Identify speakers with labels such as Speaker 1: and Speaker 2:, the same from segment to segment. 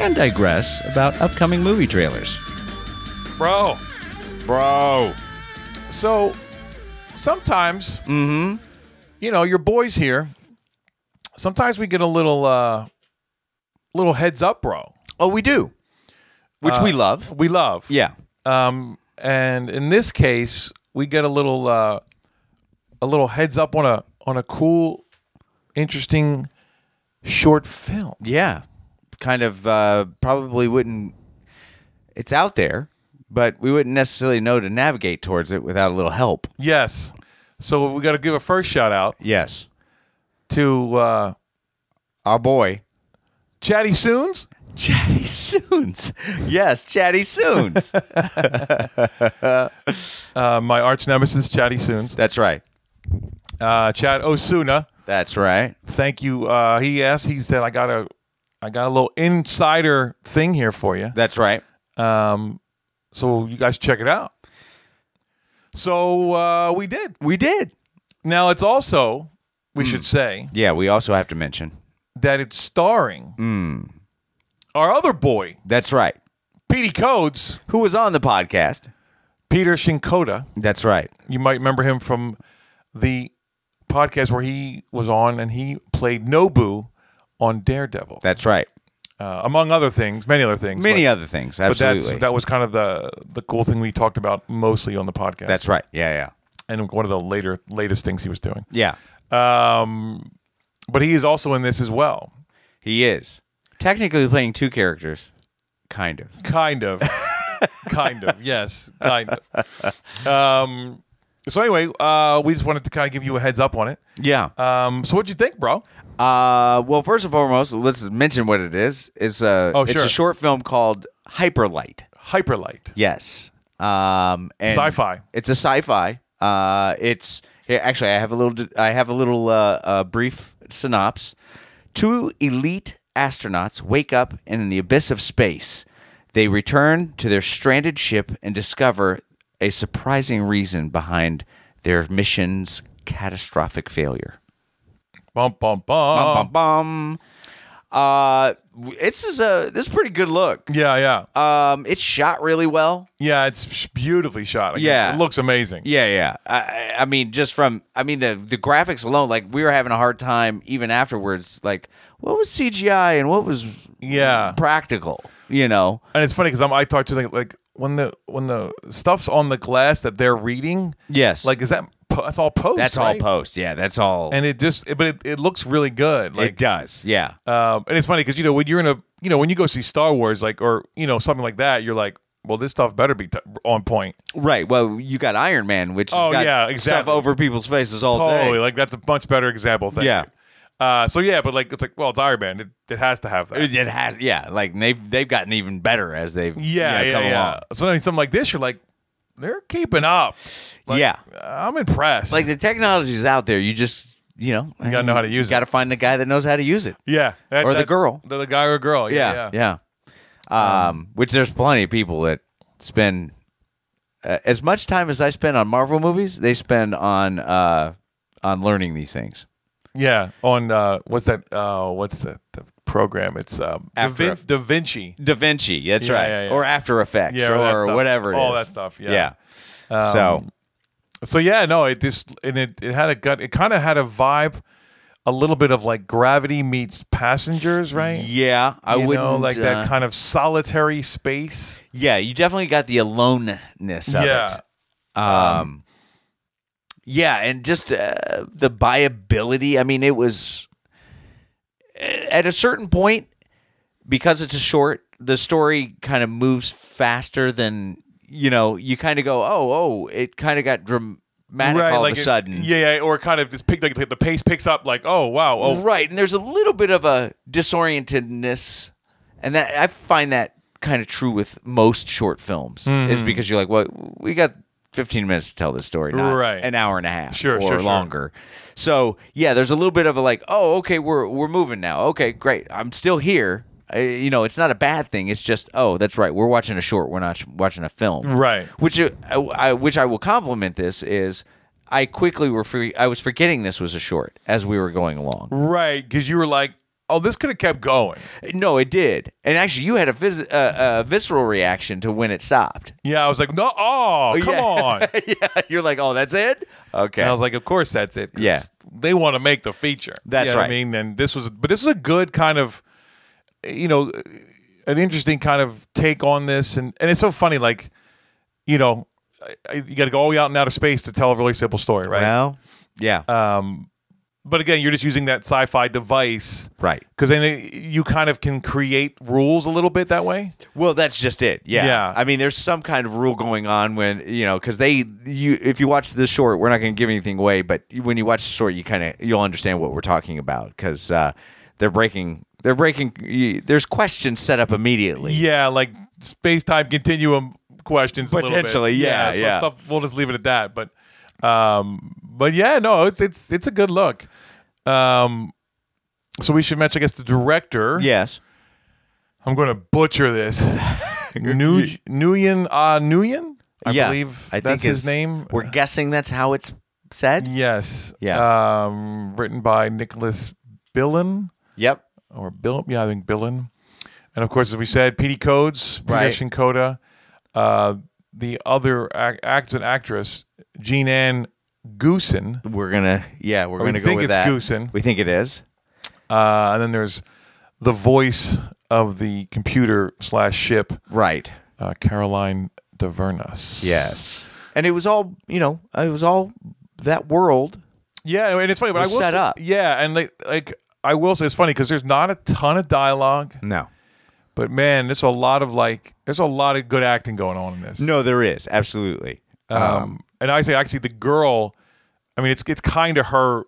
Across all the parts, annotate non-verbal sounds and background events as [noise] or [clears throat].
Speaker 1: and digress about upcoming movie trailers.
Speaker 2: Bro. Bro. So sometimes
Speaker 1: Mm-hmm.
Speaker 2: you know, your boys here, sometimes we get a little uh little heads up, bro. Uh,
Speaker 1: Oh, we do, which we love.
Speaker 2: We love.
Speaker 1: Yeah,
Speaker 2: Um and in this case, we get a little uh a little heads up on a on a cool, interesting short film.
Speaker 1: yeah, kind of. Uh, probably wouldn't. It's out there, but we wouldn't necessarily know to navigate towards it without a little help.
Speaker 2: Yes. So we gotta give a first shout out
Speaker 1: Yes,
Speaker 2: to uh
Speaker 1: our boy [laughs]
Speaker 2: Chatty Soons.
Speaker 1: Chatty Soons. Yes, Chatty [laughs] Soons.
Speaker 2: Uh, my arch nemesis, Chatty Soons.
Speaker 1: That's right.
Speaker 2: Uh, Chad Osuna,
Speaker 1: That's right.
Speaker 2: thank you. Uh, he asked. He said, "I got a, I got a little insider thing here for you.
Speaker 1: That's right.
Speaker 2: Um, so you guys check it out." So uh, we did.
Speaker 1: We did.
Speaker 2: Now it's also we should say
Speaker 1: Yeah, we also have to mention.
Speaker 2: that it's starring our other boy,
Speaker 1: That's right.
Speaker 2: Petey Codes,
Speaker 1: Who was on the podcast?
Speaker 2: Peter Shinkoda.
Speaker 1: That's right.
Speaker 2: You might remember him from the podcast where he was on and he played Nobu on Daredevil.
Speaker 1: That's right.
Speaker 2: uh, among other things, many other things.
Speaker 1: Many
Speaker 2: but,
Speaker 1: other things.
Speaker 2: But
Speaker 1: Absolutely.
Speaker 2: that's that was kind of the the cool thing we talked about mostly on the podcast.
Speaker 1: That's right. Yeah, yeah.
Speaker 2: and one of the later latest things he was doing.
Speaker 1: Yeah.
Speaker 2: But he is also in this as well,
Speaker 1: He is. Technically playing two characters. Kind of.
Speaker 2: kind
Speaker 1: [laughs]
Speaker 2: of, kind of, yes, kind of. Um, so anyway, uh, we just wanted to kind of give you a heads up on it.
Speaker 1: Yeah.
Speaker 2: Um, so what'd you think, bro?
Speaker 1: Uh well first and foremost, let's mention what it is. It's a
Speaker 2: Oh,
Speaker 1: it's
Speaker 2: sure.
Speaker 1: a short film called Hyperlight.
Speaker 2: Hyperlight.
Speaker 1: Yes. Um and
Speaker 2: Sci-fi.
Speaker 1: It's a sci-fi. Uh it's here, actually I have a little I have a little uh, uh brief synopsis. Two elite astronauts wake up in the abyss of space. They return to their stranded ship and discover a surprising reason behind their mission's catastrophic failure.
Speaker 2: Bum bum bum.
Speaker 1: Bum, bum, bum. Uh, this is a this is a pretty good look.
Speaker 2: Yeah, yeah,
Speaker 1: Um, it's shot really well.
Speaker 2: yeah. It's sh- beautifully shot. Like,
Speaker 1: Yeah.
Speaker 2: it looks amazing.
Speaker 1: Yeah, yeah. I- I, I mean, just from I mean the the graphics alone, like we were having a hard time even afterwards. Like, what was CGI and what was
Speaker 2: Yeah.
Speaker 1: practical? You know,
Speaker 2: And it's funny because I'm I talk to like, like when the when the stuff's on the glass that they're reading.
Speaker 1: Yes.
Speaker 2: Like is that po- that's all post?
Speaker 1: that's
Speaker 2: right?
Speaker 1: all post. Yeah, that's all.
Speaker 2: And it just but it, it looks really good. Like
Speaker 1: it does. Yeah,
Speaker 2: um, and it's funny because you know when you're in a you know when you go see Star Wars like or you know something like that you're like well this stuff better be t- on point
Speaker 1: right. Well, you got Iron Man, which has
Speaker 2: Oh,
Speaker 1: got
Speaker 2: yeah,
Speaker 1: stuff
Speaker 2: exactly.
Speaker 1: over people's faces all
Speaker 2: totally
Speaker 1: day.
Speaker 2: like that's a much better example. Thank
Speaker 1: Yeah.
Speaker 2: You. Uh, so yeah, but like it's like well it's Iron Man it, it has to have that.
Speaker 1: It it has, yeah. Like they've they've gotten even better as they've
Speaker 2: yeah,
Speaker 1: you know,
Speaker 2: yeah,
Speaker 1: come
Speaker 2: yeah.
Speaker 1: along.
Speaker 2: So I mean, something like this you're like they're keeping up. Like,
Speaker 1: yeah,
Speaker 2: I'm impressed.
Speaker 1: like the technology's out there. You just you know you
Speaker 2: gotta know how to use it.
Speaker 1: Got to find the guy that knows how to use it.
Speaker 2: yeah, that-
Speaker 1: or the
Speaker 2: that-
Speaker 1: girl.
Speaker 2: the, the guy or girl. Yeah, yeah.
Speaker 1: yeah, yeah. Um, which there's plenty of people that spend uh, as much time as I spend on Marvel movies. They spend on uh, on learning these things.
Speaker 2: Yeah, on uh, what's that? Uh, what's the, the program? It's um, da,
Speaker 1: After
Speaker 2: Vin-
Speaker 1: Effects.
Speaker 2: da Vinci.
Speaker 1: Da Vinci, that's
Speaker 2: Yeah,
Speaker 1: right,
Speaker 2: yeah, yeah.
Speaker 1: or After Effects,
Speaker 2: Yeah, or that
Speaker 1: or,
Speaker 2: stuff.
Speaker 1: whatever. it is.
Speaker 2: All that stuff, yeah.
Speaker 1: Yeah. so
Speaker 2: So yeah, no, it just and it, it had a gut. It kind of had a vibe, a little bit of like Gravity meets Passengers, right?
Speaker 1: yeah, I
Speaker 2: Um, you
Speaker 1: wouldn't
Speaker 2: know, like
Speaker 1: uh,
Speaker 2: that kind of solitary space.
Speaker 1: Yeah, you definitely got the aloneness of
Speaker 2: Yeah.
Speaker 1: it. Um, yeah, and just uh, the viability. I mean, it was at a certain point because it's a short. The story kind of moves faster than you know. You kind of go, oh, oh, it kind of got dramatic all
Speaker 2: like
Speaker 1: of a
Speaker 2: it-
Speaker 1: sudden.
Speaker 2: yeah, yeah, or kind of just pick like the pace picks up, like oh wow, oh
Speaker 1: Right, and there's a little bit of a disorientedness, and that I find that kind of true with most short films is
Speaker 2: Mm-hmm.
Speaker 1: because you're like, well, we got 15 minutes to tell this story, not
Speaker 2: Right.
Speaker 1: an hour and a half
Speaker 2: Sure,
Speaker 1: or
Speaker 2: sure, sure.
Speaker 1: longer. So yeah, there's a little bit of a like, oh, okay, we're we're moving now. Okay, great, I'm still here. Uh, you know, it's not a bad thing. It's just, oh, that's right. We're watching a short. We're not sh- watching a film.
Speaker 2: Right.
Speaker 1: Which uh, I, I which I will compliment. This is, I quickly were free, I was forgetting this was a short as we were going along.
Speaker 2: Right, because you were like, oh, this could have kept going.
Speaker 1: No, it did. And actually, you had a, vis- uh, a visceral reaction to when it stopped. [laughs]
Speaker 2: Yeah, I was like, no, oh, come
Speaker 1: yeah. [laughs]
Speaker 2: on.
Speaker 1: yeah, you're like, oh, that's it. Okay,
Speaker 2: And I was like, of course that's it. 'cause
Speaker 1: Yeah.
Speaker 2: They want to make the feature.
Speaker 1: That's
Speaker 2: You know what
Speaker 1: right.
Speaker 2: I mean, and this was, but this is a good kind of, you know, an interesting kind of take on this. And, and it's so funny, like, you know, I- I, you got to go all the way out and out of space to tell a really simple story, right? Uh,
Speaker 1: well, yeah,
Speaker 2: But again, you're just using that sci fi device.
Speaker 1: right.
Speaker 2: Because then it- you kind of can create rules a little bit that way.
Speaker 1: Well, that's just it. Yeah.
Speaker 2: Yeah.
Speaker 1: I mean, there's some kind of rule going on when you know, because they, you, if you watch the short, we're not going to give anything away, but when you watch the short, you kind of you'll understand what we're talking about because uh, they're breaking, they're breaking. You, there's questions set up immediately.
Speaker 2: Yeah, like space time continuum questions. a little bit.
Speaker 1: Potentially, yeah,
Speaker 2: so
Speaker 1: yeah.
Speaker 2: Stuff, we'll just leave it at that. But, um, but yeah, no, it's it's it's a good look. Um, so we should mention, I guess, the director.
Speaker 1: Yes.
Speaker 2: I'm going to butcher
Speaker 1: [laughs]
Speaker 2: this. New Nguyen Ah Nguyen, I
Speaker 1: yeah.
Speaker 2: believe
Speaker 1: I
Speaker 2: that's
Speaker 1: think
Speaker 2: his
Speaker 1: it's-
Speaker 2: name.
Speaker 1: We're guessing that's how it's said.
Speaker 2: yes,
Speaker 1: Yeah.
Speaker 2: Um, written by Nicholas Billen
Speaker 1: Yep.
Speaker 2: or Bill, yeah, I think Billen. And of course, as we said, PD Codes, Peter
Speaker 1: Right.
Speaker 2: Shinkoda, uh, the other ac- actor and actress, Jean Ann Goosen,
Speaker 1: We're gonna, yeah, we're
Speaker 2: We
Speaker 1: gonna
Speaker 2: Oh,
Speaker 1: go
Speaker 2: think
Speaker 1: with
Speaker 2: it's
Speaker 1: that.
Speaker 2: Goosen.
Speaker 1: We think it is.
Speaker 2: uh, and then there's the voice of the computer slash ship,
Speaker 1: Right.
Speaker 2: uh, Caroline DeVernas.
Speaker 1: Yes. And it was all, you know, it was all that world.
Speaker 2: yeah, and it's funny, but
Speaker 1: Was
Speaker 2: I will
Speaker 1: set
Speaker 2: say-
Speaker 1: up.
Speaker 2: Yeah, and like, like I will say, it's funny because there's not a ton of dialogue,
Speaker 1: No.
Speaker 2: but man, there's a lot of like, there's a lot of good acting going on in this.
Speaker 1: No, there is absolutely.
Speaker 2: Um, and I say actually the girl. I mean, it's it's kind of her.
Speaker 1: It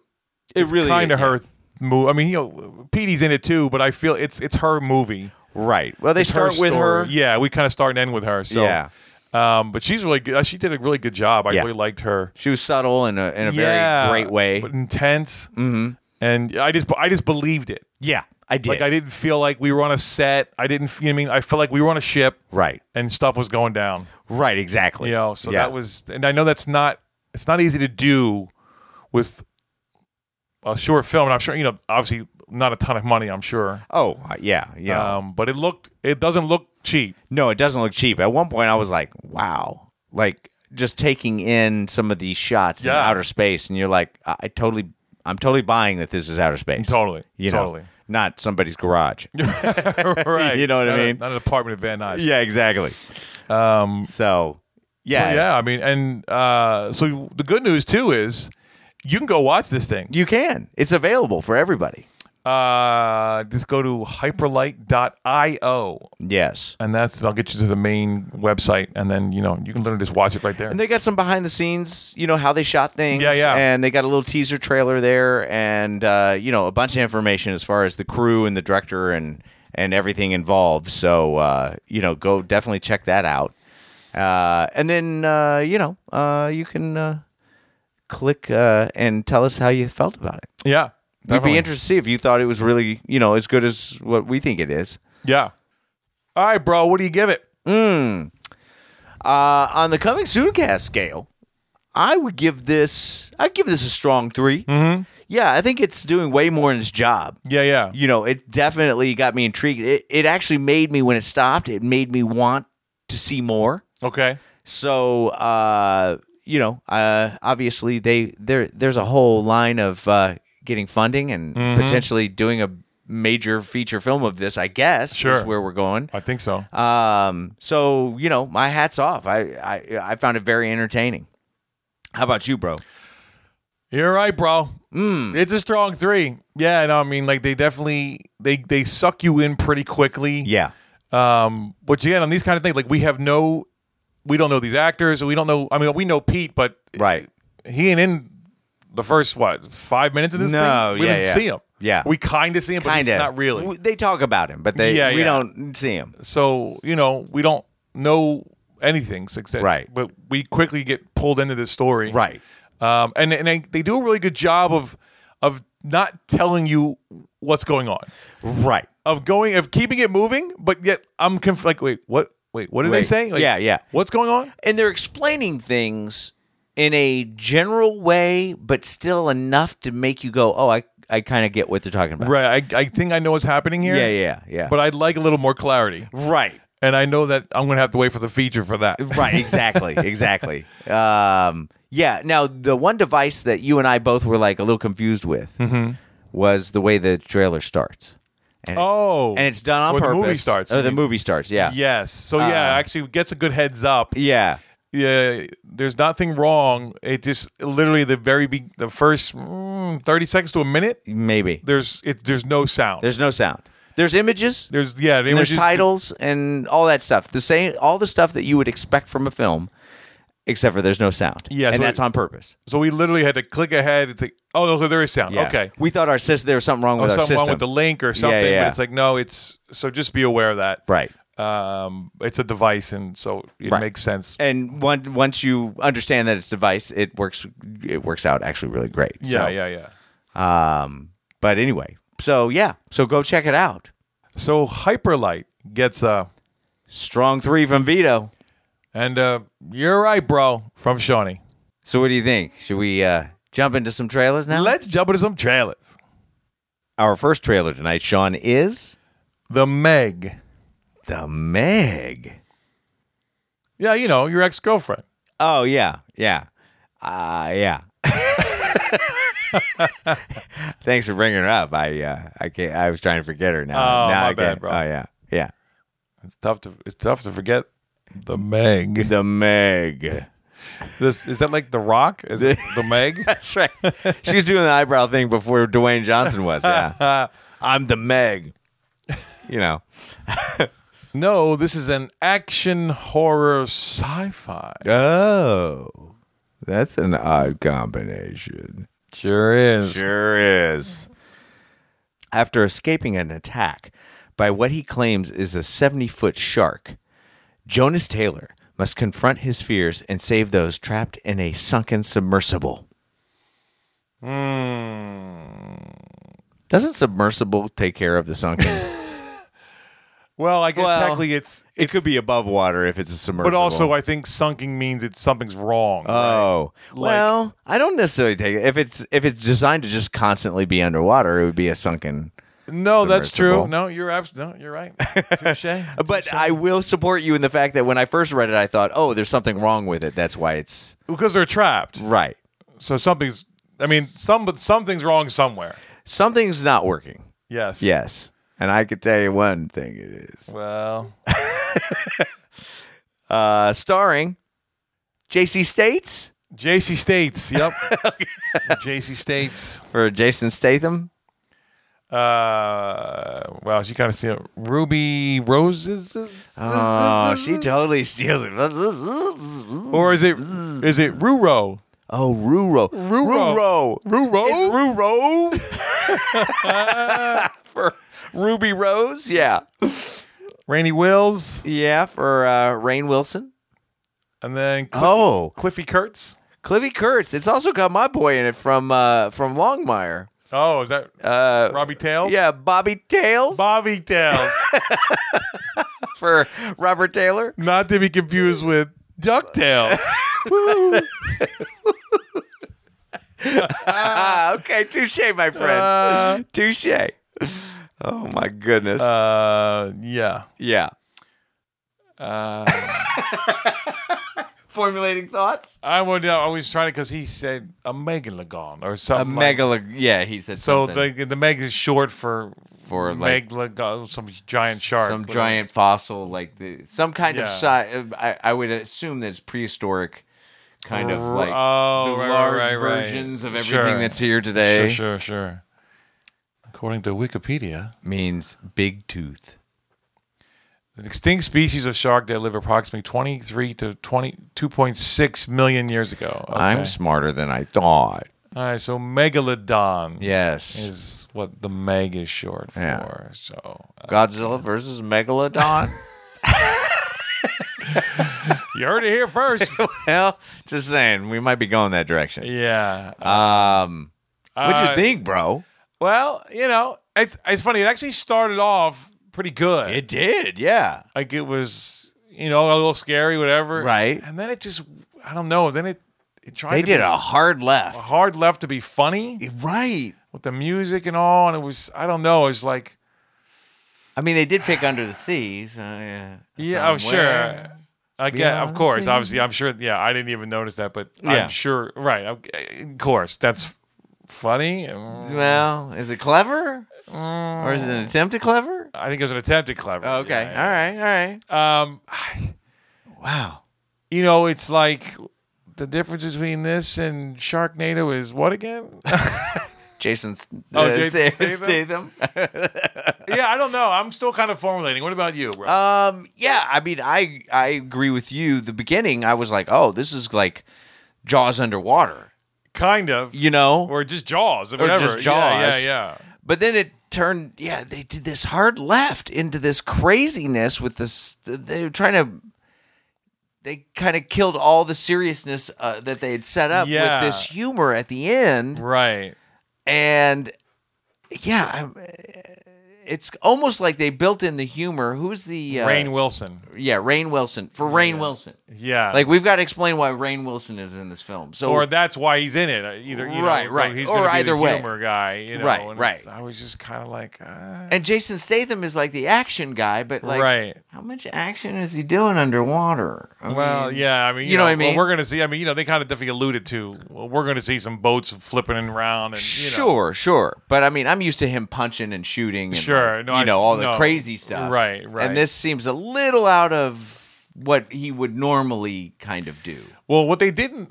Speaker 2: it's
Speaker 1: really
Speaker 2: kind of
Speaker 1: is,
Speaker 2: her th- move. I mean, you know, Petey's in it too, but I feel it's it's her movie.
Speaker 1: Right. Well, they
Speaker 2: It's
Speaker 1: start with
Speaker 2: story.
Speaker 1: her.
Speaker 2: Yeah, we kind of start and end with her. So,
Speaker 1: Yeah.
Speaker 2: Um, but she's really good. She did a really good job. I
Speaker 1: Yeah.
Speaker 2: really liked her.
Speaker 1: She was subtle in a in a
Speaker 2: Yeah,
Speaker 1: very great way.
Speaker 2: but intense. Mm-hmm. And I just I just believed it.
Speaker 1: yeah, I did.
Speaker 2: Like I didn't feel like we were on a set. I didn't. f- You know what I mean, I felt like we were on a ship.
Speaker 1: Right.
Speaker 2: And stuff was going down.
Speaker 1: Right. Exactly.
Speaker 2: You know, so
Speaker 1: Yeah.
Speaker 2: that was, and I know that's not, it's not easy to do with a short film. And I'm sure, you know, obviously not a ton of money, I'm sure.
Speaker 1: Oh uh, yeah, yeah.
Speaker 2: Um, but it looked, it doesn't look cheap.
Speaker 1: no, it doesn't look cheap. At one point, I was like, wow, like just taking in some of these shots in
Speaker 2: Yeah.
Speaker 1: outer space, and you're like, I, I totally, I'm totally buying that this is outer space.
Speaker 2: Totally.
Speaker 1: You know,
Speaker 2: totally.
Speaker 1: not
Speaker 2: [laughs]
Speaker 1: somebody's garage.
Speaker 2: right.
Speaker 1: [laughs] You know what I
Speaker 2: Not a-
Speaker 1: mean?
Speaker 2: not an apartment at Van Nuys.
Speaker 1: yeah, exactly. Um. So, yeah,
Speaker 2: So, yeah. I mean, and uh, so the good news too is you can go watch this thing.
Speaker 1: you can. It's available for everybody.
Speaker 2: Uh, just go to hyperlight.io.
Speaker 1: Yes.
Speaker 2: And that's, I'll get you to the main website. And then, you know, you can literally just watch it right there.
Speaker 1: And they got some behind the scenes, you know, how they shot things.
Speaker 2: Yeah, yeah.
Speaker 1: And they got a little teaser trailer there and, uh, you know, a bunch of information as far as the crew and the director and, and everything involved. So, uh, you know, go definitely check that out. Uh, and then, uh, you know, uh, you can uh, click uh, and tell us how you felt about it.
Speaker 2: yeah.
Speaker 1: We'd be
Speaker 2: definitely.
Speaker 1: interested to see if you thought it was really, you know, as good as what we think it is.
Speaker 2: Yeah. All right, bro. What do you give it?
Speaker 1: Uh, on the coming soon cast scale, I would give this. I'd give this a strong 3 Mm-hmm. Yeah, I think it's doing way more in its job.
Speaker 2: Yeah, yeah.
Speaker 1: You know, it definitely got me intrigued. It, it actually made me when it stopped. It made me want to see more.
Speaker 2: Okay.
Speaker 1: So, uh, you know, uh, obviously they there there's a whole line of uh, getting funding and
Speaker 2: Mm-hmm.
Speaker 1: potentially doing a major feature film of this. I guess
Speaker 2: Sure.
Speaker 1: is where we're going.
Speaker 2: I think so.
Speaker 1: Um, so you know, my hat's off. I I, I found it very entertaining. How about you, bro?
Speaker 2: You're right, bro. It's a strong three. Yeah, no, I mean, like they definitely they they suck you in pretty quickly.
Speaker 1: Yeah,
Speaker 2: Um, which again, on these kind of things, like we have no, we don't know these actors. We don't know. I mean, we know Pete, but
Speaker 1: right.
Speaker 2: he ain't in the first what five minutes of this.
Speaker 1: No,
Speaker 2: thing? we
Speaker 1: yeah,
Speaker 2: didn't
Speaker 1: yeah.
Speaker 2: see him.
Speaker 1: Yeah.
Speaker 2: we kind of see him, but
Speaker 1: Kind
Speaker 2: he's
Speaker 1: of.
Speaker 2: not really.
Speaker 1: They talk about him, but they
Speaker 2: Yeah,
Speaker 1: we
Speaker 2: yeah.
Speaker 1: don't see him.
Speaker 2: so you know we don't know anything except
Speaker 1: Right.
Speaker 2: but we quickly get pulled into this story
Speaker 1: Right.
Speaker 2: um, and and they, they do a really good job of of not telling you what's going on
Speaker 1: Right.
Speaker 2: of going of keeping it moving but yet i'm conf- like wait what wait what are they
Speaker 1: Wait.
Speaker 2: saying Like,
Speaker 1: Yeah, yeah.
Speaker 2: what's going on
Speaker 1: and they're explaining things in a general way, but still enough to make you go, "Oh, I, I kind of get what they're talking about."
Speaker 2: right I, I think i know what's happening here
Speaker 1: Yeah, yeah, yeah.
Speaker 2: but i'd like a little more clarity
Speaker 1: right,
Speaker 2: and i know that i'm gonna have to wait for the feature for
Speaker 1: [laughs]
Speaker 2: that
Speaker 1: right, exactly,
Speaker 2: [laughs]
Speaker 1: exactly. Um, yeah. Now, the one device that you and I both were like a little confused with
Speaker 2: Mm-hmm.
Speaker 1: was the way the trailer starts. And it's-
Speaker 2: Oh.
Speaker 1: and it's done on
Speaker 2: Or the
Speaker 1: purpose.
Speaker 2: movie starts,
Speaker 1: Or
Speaker 2: you
Speaker 1: the
Speaker 2: mean.
Speaker 1: movie starts. Yeah.
Speaker 2: yes so yeah
Speaker 1: Uh.
Speaker 2: actually gets a good heads up
Speaker 1: Yeah.
Speaker 2: yeah, there's nothing wrong. It just literally the very be- the first mm, thirty seconds to a minute.
Speaker 1: Maybe.
Speaker 2: There's it. There's no sound.
Speaker 1: There's no sound. There's images.
Speaker 2: there's yeah. They
Speaker 1: and
Speaker 2: were
Speaker 1: there's
Speaker 2: just-
Speaker 1: titles and all that stuff. The same, all the stuff that you would expect from a film, except for there's no sound.
Speaker 2: Yeah,
Speaker 1: and
Speaker 2: so
Speaker 1: that's
Speaker 2: it-
Speaker 1: on purpose.
Speaker 2: So we literally had to click ahead. It's like oh, no, there is sound.
Speaker 1: Yeah.
Speaker 2: Okay,
Speaker 1: we thought our system there was something wrong
Speaker 2: oh,
Speaker 1: with our
Speaker 2: something
Speaker 1: system.
Speaker 2: wrong with the link or something.
Speaker 1: yeah.
Speaker 2: But it's like no, it's so just be aware of that.
Speaker 1: right.
Speaker 2: Um, it's a device, and so it
Speaker 1: Right.
Speaker 2: makes sense.
Speaker 1: And one, once you understand that it's device, it works. It works out actually really great.
Speaker 2: Yeah,
Speaker 1: So,
Speaker 2: yeah, yeah.
Speaker 1: Um, but anyway, so yeah, so go check it out.
Speaker 2: So Hyperlight gets uh
Speaker 1: Strong three from Vito.
Speaker 2: and uh, you're right, bro, from Shawnee.
Speaker 1: So what do you think? Should we uh, jump into some trailers now?
Speaker 2: Let's jump into some trailers.
Speaker 1: Our first trailer tonight, Sean, is
Speaker 2: The Meg.
Speaker 1: the Meg.
Speaker 2: Yeah, you know your ex girlfriend.
Speaker 1: Oh yeah, yeah, uh, yeah. [laughs] Thanks for bringing her up. I uh, I can't. I was trying to forget her now.
Speaker 2: Oh,
Speaker 1: now
Speaker 2: my
Speaker 1: I
Speaker 2: bad,
Speaker 1: can't-
Speaker 2: bro.
Speaker 1: Oh yeah, yeah.
Speaker 2: It's tough to it's tough to forget the [laughs] Meg.
Speaker 1: The Meg.
Speaker 2: This is that like the Rock? Is it the [laughs] Meg?
Speaker 1: That's right. she was doing the eyebrow thing before Dwayne Johnson was. Yeah. [laughs] I'm the Meg. You know.
Speaker 2: No, this is an action horror sci-fi.
Speaker 1: Oh, that's an odd combination.
Speaker 2: Sure is.
Speaker 1: Sure is. After escaping an attack by what he claims is a 70 foot shark, Jonas Taylor must confront his fears and save those trapped in a sunken submersible. Hmm. Doesn't submersible take care of the sunken?
Speaker 2: Well, I guess
Speaker 1: Well,
Speaker 2: technically it's,
Speaker 1: it could be above water if it's a submersible.
Speaker 2: but also I think sunking means it's something's wrong.
Speaker 1: Oh
Speaker 2: Like-
Speaker 1: well, I don't necessarily take it. If it's if it's designed to just constantly be underwater, it would be a sunken.
Speaker 2: no, that's true.
Speaker 1: submersible.
Speaker 2: No, you're abs- no, you're right. [laughs] Touche.
Speaker 1: Uh, But I will support you in the fact that when I first read it, I thought, oh, there's something wrong with it. That's why it's
Speaker 2: because they're trapped.
Speaker 1: right.
Speaker 2: So something's. I mean, some but something's wrong somewhere.
Speaker 1: Something's not working.
Speaker 2: Yes.
Speaker 1: Yes. And I could tell you one thing it is.
Speaker 2: Well,
Speaker 1: Uh, starring JC States
Speaker 2: J.C. States. [laughs] Yep. J.C. States.
Speaker 1: or Jason [laughs] Statham.
Speaker 2: Uh, wow, you kind of see it. Ruby Roses,
Speaker 1: Oh, she totally steals it. [laughs] Oh,
Speaker 2: or is it is it Ruro?
Speaker 1: Ruro. Ruro. It's
Speaker 2: Ruro. [laughs]
Speaker 1: Ruro. for Ruby Rose. Yeah.
Speaker 2: Rainy Wills,
Speaker 1: Yeah, for uh, Rain Wilson.
Speaker 2: and then Cl-
Speaker 1: Oh,
Speaker 2: Cliffy Kurtz.
Speaker 1: Clivy Kurtz. It's also got my boy in it from uh, from Longmire.
Speaker 2: Oh, is that
Speaker 1: Uh,
Speaker 2: Robbie Tails?
Speaker 1: Yeah, Bobby Tails
Speaker 2: Bobby
Speaker 1: [laughs]
Speaker 2: Tails.
Speaker 1: for
Speaker 2: [laughs]
Speaker 1: Robert Taylor.
Speaker 2: Not to be confused with Ducktales.
Speaker 1: Ah, okay, touche, my friend.
Speaker 2: Uh.
Speaker 1: [laughs] touche. Oh my goodness.
Speaker 2: uh, yeah.
Speaker 1: yeah.
Speaker 2: Uh,
Speaker 1: [laughs] Formulating thoughts.
Speaker 2: I would uh, always try to because he said a megalagon or
Speaker 1: A
Speaker 2: something. like-
Speaker 1: megalag. Yeah, he said
Speaker 2: so
Speaker 1: something
Speaker 2: the the meg is short for
Speaker 1: for like
Speaker 2: megalagon, some giant shark.
Speaker 1: some
Speaker 2: whatever.
Speaker 1: giant fossil, like the some kind of
Speaker 2: Yeah.
Speaker 1: size. I, I would assume that it's prehistoric, kind of
Speaker 2: R-
Speaker 1: like
Speaker 2: oh,
Speaker 1: the
Speaker 2: right, right,
Speaker 1: large
Speaker 2: right, right.
Speaker 1: versions of
Speaker 2: Sure.
Speaker 1: everything that's here today
Speaker 2: Sure, sure, sure. According to Wikipedia,
Speaker 1: means big tooth.
Speaker 2: an extinct species of shark that lived approximately 23 to 22.6 million years ago. Okay.
Speaker 1: I'm smarter than I thought.
Speaker 2: All right, so megalodon
Speaker 1: Yes.
Speaker 2: is what the meg is short for.
Speaker 1: Yeah.
Speaker 2: So
Speaker 1: Godzilla versus
Speaker 2: [laughs]
Speaker 1: Megalodon.
Speaker 2: you heard it here
Speaker 1: [laughs]
Speaker 2: first.
Speaker 1: well, just saying, we might be going that direction.
Speaker 2: yeah.
Speaker 1: Um, what'd you
Speaker 2: Uh,
Speaker 1: think, bro?
Speaker 2: Well, you know, it's it's funny. It actually started off pretty good.
Speaker 1: It did, yeah.
Speaker 2: like it was, you know, a little scary, whatever.
Speaker 1: Right.
Speaker 2: And then it just, I don't know. Then it it tried.
Speaker 1: They
Speaker 2: to
Speaker 1: did
Speaker 2: be
Speaker 1: a hard
Speaker 2: a
Speaker 1: left.
Speaker 2: hard left to be funny
Speaker 1: Right.
Speaker 2: with the music and all, and it was, I don't know. It was like,
Speaker 1: I mean, they did pick Under the Sea. So yeah.
Speaker 2: yeah, I'm sure.
Speaker 1: Somewhere.
Speaker 2: I get, of
Speaker 1: Beyond
Speaker 2: course,
Speaker 1: the
Speaker 2: obviously, I'm sure. Yeah, I didn't even notice that, but
Speaker 1: Yeah.
Speaker 2: I'm sure. Right, of of course, that's funny. I
Speaker 1: Well, is it clever? Or is it an attempt at clever? Oh,
Speaker 2: think it was an attempt at clever.
Speaker 1: Okay.
Speaker 2: Mm. Uh, Yeah,
Speaker 1: All right. All right.
Speaker 2: yeah. Um,
Speaker 1: Wow.
Speaker 2: you know, it's like the difference between this and Sharknado is what
Speaker 1: [laughs]
Speaker 2: again?
Speaker 1: Jason St-
Speaker 2: Oh,
Speaker 1: uh,
Speaker 2: Jason
Speaker 1: Sta-
Speaker 2: Statham?
Speaker 1: Statham.
Speaker 2: yeah, I don't know. I'm still kind of formulating. What about you, bro?
Speaker 1: Um, yeah, I mean, I I agree with you. The beginning, I was like, oh, this is like Jaws underwater,
Speaker 2: kind of,
Speaker 1: you know.
Speaker 2: or just Jaws, or,
Speaker 1: Or
Speaker 2: whatever.
Speaker 1: just
Speaker 2: Yeah, yeah,
Speaker 1: Jaws.
Speaker 2: yeah.
Speaker 1: But then it turned, yeah, they did this hard left into this craziness with this. They were trying to. They kind of killed all the seriousness uh, that they had set up
Speaker 2: Yeah.
Speaker 1: with this humor at the end,
Speaker 2: Right.
Speaker 1: and yeah, I'm, it's almost like they built in the humor. Who's the uh,
Speaker 2: Rain Wilson.
Speaker 1: Yeah, Rain Wilson for Rain Wilson.
Speaker 2: Yeah.
Speaker 1: Like we've got to explain why Rain Wilson is in this film. So
Speaker 2: or that's why he's in it. Uh, Either you know,
Speaker 1: Right, right.
Speaker 2: He's
Speaker 1: Or
Speaker 2: gonna be the
Speaker 1: either way.
Speaker 2: humor guy. You know,
Speaker 1: Right,
Speaker 2: and
Speaker 1: right.
Speaker 2: it's- I was just kind of like, uh,
Speaker 1: and Jason Statham is like the action guy, but like
Speaker 2: right.
Speaker 1: how much action is he doing underwater? I
Speaker 2: Well,
Speaker 1: mean,
Speaker 2: yeah. I mean, you,
Speaker 1: you know what I
Speaker 2: well,
Speaker 1: mean?
Speaker 2: we're gonna see. I mean, you know, they kind of definitely alluded to. Well, we're gonna see some boats flipping around and you know,
Speaker 1: sure, sure. But I mean, I'm used to him punching and shooting and
Speaker 2: Sure,
Speaker 1: like,
Speaker 2: no,
Speaker 1: you
Speaker 2: I-
Speaker 1: know, all the
Speaker 2: no.
Speaker 1: crazy stuff.
Speaker 2: Right, right.
Speaker 1: And this seems a little out of what he would normally kind of do.
Speaker 2: Well, what they didn't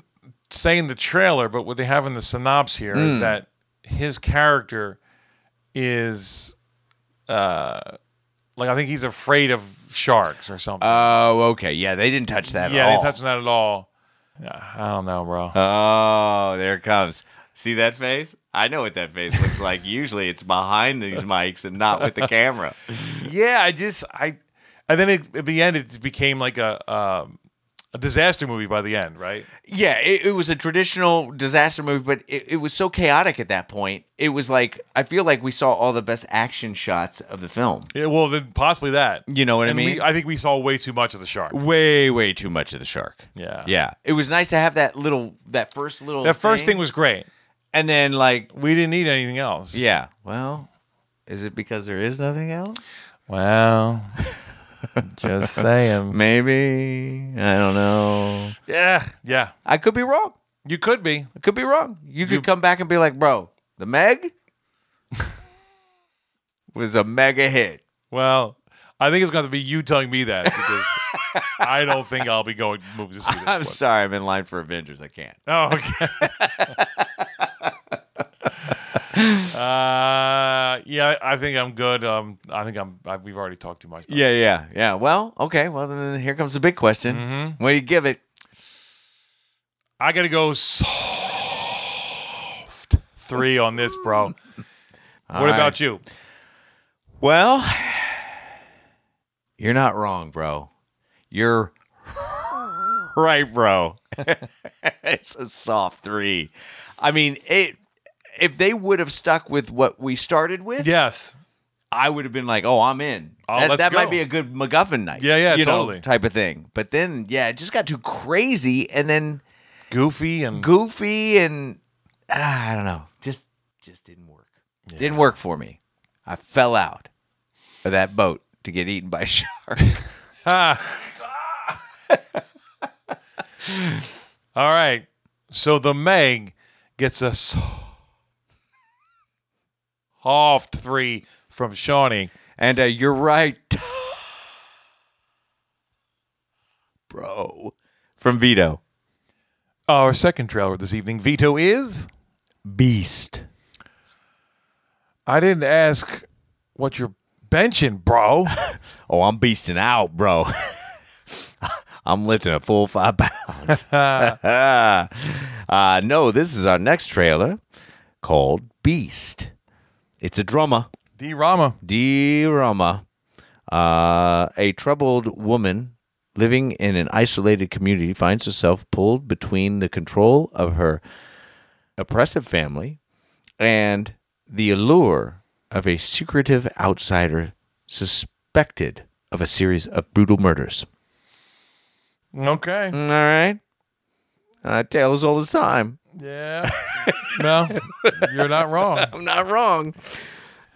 Speaker 2: say in the trailer, but what they have in the synopsis here is
Speaker 1: Hmm.
Speaker 2: that his character is, uh, like I think he's afraid of sharks or something.
Speaker 1: Oh, okay. Yeah, they didn't touch that
Speaker 2: yeah,
Speaker 1: at
Speaker 2: they
Speaker 1: all.
Speaker 2: touched on that at all. Yeah, I don't know, bro.
Speaker 1: Oh, there it comes. See that face? I know what that face looks like. [laughs] Usually it's behind these mics and not with the camera.
Speaker 2: yeah, I just I, and then it, at the end it became like a um, a disaster movie by the end, right?
Speaker 1: Yeah, it, it was a traditional disaster movie, but it, it was so chaotic at that point. It was like, I feel like we saw all the best action shots of the film.
Speaker 2: Yeah, well, then possibly that.
Speaker 1: You know what I
Speaker 2: And we-
Speaker 1: mean?
Speaker 2: I think we saw way too much of the shark.
Speaker 1: Way, way too much of the shark.
Speaker 2: Yeah.
Speaker 1: Yeah. It was nice to have that little, that first little.
Speaker 2: That first thing was great.
Speaker 1: And then, like,
Speaker 2: We didn't need anything else.
Speaker 1: yeah. Well, is it because there is nothing else? [laughs]
Speaker 2: Well, just saying.
Speaker 1: Maybe. I don't know.
Speaker 2: Yeah, yeah.
Speaker 1: I could be wrong.
Speaker 2: You could be.
Speaker 1: I could be wrong. You could come back and be like, bro, the [laughs] Meg was a mega hit.
Speaker 2: Well, I think it's going to be you telling me that
Speaker 1: [laughs]
Speaker 2: because I don't think I'll be going to move to see this.
Speaker 1: [laughs] I'm
Speaker 2: one.
Speaker 1: sorry, I'm in line for Avengers. I can't.
Speaker 2: Oh, okay. uh, yeah, I think I'm good. Um, I think I'm. I, we've already talked too much. about
Speaker 1: Yeah, yeah, yeah. Well, okay. Well, then here comes the big question. What do you give it?
Speaker 2: I gotta go soft three on this, bro. what
Speaker 1: right.
Speaker 2: about you?
Speaker 1: Well, you're not wrong, bro. You're [laughs] right, bro. [laughs] it's a soft three. I mean, it. If they would have stuck with what we started with,
Speaker 2: Yes.
Speaker 1: I would have been like, "Oh, I'm in."
Speaker 2: Oh,
Speaker 1: that
Speaker 2: let's
Speaker 1: that might
Speaker 2: go.
Speaker 1: be a good MacGuffin night.
Speaker 2: Yeah, yeah,
Speaker 1: you know,
Speaker 2: totally.
Speaker 1: type of thing. But then, yeah, it just got too crazy, and then
Speaker 2: Goofy and
Speaker 1: goofy, and ah, I don't know, just just didn't work. Didn't work for me. I fell out of that boat to get eaten by a shark.
Speaker 2: All right. So the Meg gets a soft three from Shawnee.
Speaker 1: and uh, you're right, [sighs] bro. From Vito,
Speaker 2: Our second trailer this evening, Vito is.
Speaker 1: Beast.
Speaker 2: I didn't ask what you're benching, [laughs] bro.
Speaker 1: Oh, I'm beasting out, bro. [laughs] I'm lifting a full five pounds. [laughs] Uh, no, this is our next trailer called Beast. It's a drama.
Speaker 2: D. Rama.
Speaker 1: D-Rama, uh, a troubled woman living in an isolated community, finds herself pulled between the control of her oppressive family and the allure of a secretive outsider suspected of a series of brutal murders.
Speaker 2: Okay.
Speaker 1: All right. Uh, tales all the time.
Speaker 2: [laughs] Yeah. no, you're not wrong.
Speaker 1: I'm not wrong.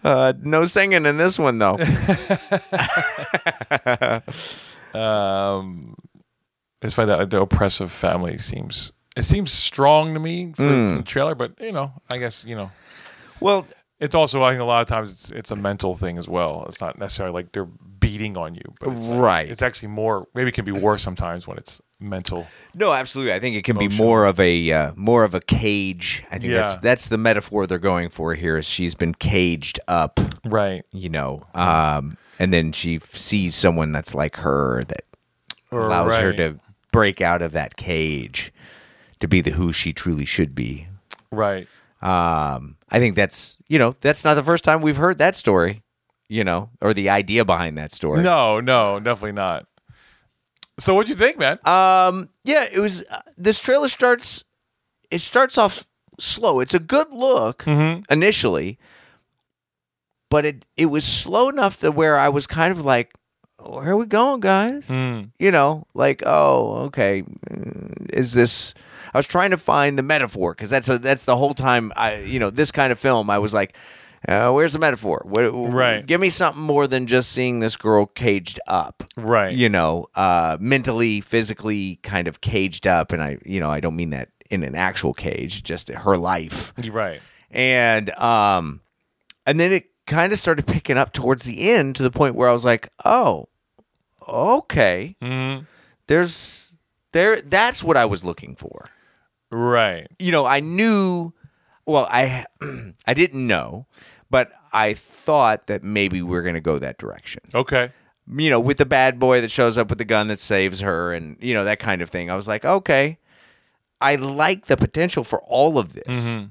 Speaker 1: Uh, no singing in this one, [laughs] though.
Speaker 2: Um, It's funny that the oppressive family seems it seems strong to me for, from the trailer, but you know, I guess you know.
Speaker 1: well,
Speaker 2: It's also I think a lot of times it's it's a mental thing as well. It's not necessarily like they're beating on you, but it's like-
Speaker 1: Right.
Speaker 2: it's actually more maybe it can be worse sometimes when it's mental.
Speaker 1: No, absolutely. I think it can be more of a uh, more of a cage. I think that's
Speaker 2: Yeah.
Speaker 1: that's the metaphor they're going for here. Is she's been caged up,
Speaker 2: Right.
Speaker 1: you know, um, and then she f- sees someone that's like her that allows her
Speaker 2: Right.
Speaker 1: to break out of that cage to be the who she truly should be.
Speaker 2: Right.
Speaker 1: Um, I think that's you know that's not the first time we've heard that story, you know, or the idea behind that story.
Speaker 2: No, no, definitely not. So what'd you think, man?
Speaker 1: Um, yeah, it was. Uh, this trailer starts. It starts off slow. It's a good look
Speaker 2: Mm-hmm.
Speaker 1: initially, but it it was slow enough that where I was kind of like, "Oh, "Where are we going, guys?"
Speaker 2: Hmm. Mm-hmm.
Speaker 1: You know, like, "Oh, okay, mm, is this?" I was trying to find the metaphor because that's a, that's the whole time I you know this kind of film I was like. Uh, where's the metaphor? What,
Speaker 2: Right.
Speaker 1: Give me something more than just seeing this girl caged up
Speaker 2: Right.
Speaker 1: you know uh mentally physically kind of caged up and i you know i don't mean that in an actual cage just her life
Speaker 2: You're right.
Speaker 1: and um and then it kind of started picking up towards the end to the point where i was like oh okay there's there that's what i was looking for
Speaker 2: Right.
Speaker 1: you know, I knew. Well, I [clears throat] I didn't know, but I thought that maybe we are going to go that direction.
Speaker 2: Okay.
Speaker 1: You know, with the bad boy that shows up with the gun that saves her, and you know that kind of thing. I was like, okay, I like the potential for all of this.
Speaker 2: Mm-hmm.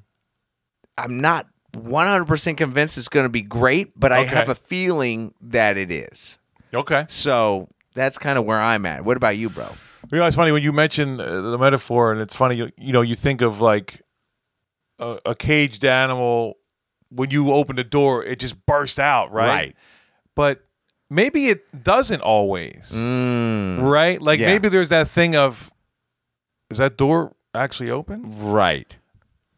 Speaker 1: I'm not 100 percent convinced it's going to be great, but I
Speaker 2: Okay.
Speaker 1: have a feeling that it is.
Speaker 2: Okay.
Speaker 1: So that's kind of where I'm at. What about you, bro?
Speaker 2: You know, it's funny when you mention uh, the metaphor, and it's funny. You, you know, you think of like a, a caged animal. When you open the door, it just bursts out, right? But maybe it doesn't always, right? Like
Speaker 1: yeah.
Speaker 2: maybe there's that thing of, is that door actually open?
Speaker 1: Right.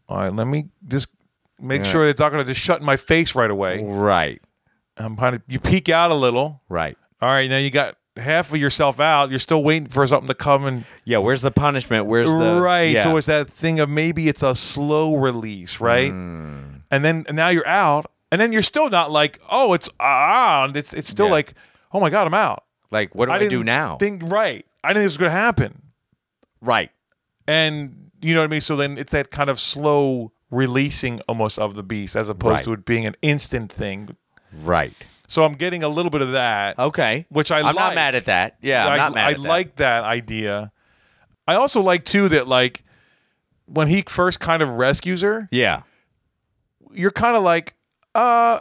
Speaker 2: All right, let me just make sure it's not going to just shut in my face right away.
Speaker 1: Right.
Speaker 2: I'm kind of you peek out a little.
Speaker 1: Right.
Speaker 2: All right, now you got half of yourself out. You're still waiting for something to come and
Speaker 1: Yeah, where's the punishment? Where's the
Speaker 2: right.
Speaker 1: Yeah.
Speaker 2: So it's that thing of maybe it's a slow release, right?
Speaker 1: Hmm.
Speaker 2: And then and now you're out, and then you're still not like, oh, it's on. It's it's still
Speaker 1: Yeah.
Speaker 2: like, oh my god, I'm out.
Speaker 1: like what do I, do
Speaker 2: didn't
Speaker 1: now?
Speaker 2: Think right. I didn't think this was gonna happen,
Speaker 1: right.
Speaker 2: and you know what I mean. So then it's that kind of slow releasing almost of the beast, as opposed
Speaker 1: Right.
Speaker 2: to it being an instant thing.
Speaker 1: Right.
Speaker 2: So I'm getting a little bit of that.
Speaker 1: Okay.
Speaker 2: Which I
Speaker 1: I'm not
Speaker 2: like.
Speaker 1: mad at that. Oh, Yeah, I'm
Speaker 2: I,
Speaker 1: not mad
Speaker 2: I
Speaker 1: at that.
Speaker 2: like that idea. I also like too that like when he first kind of rescues her,
Speaker 1: Yeah.
Speaker 2: you're kind of like, uh,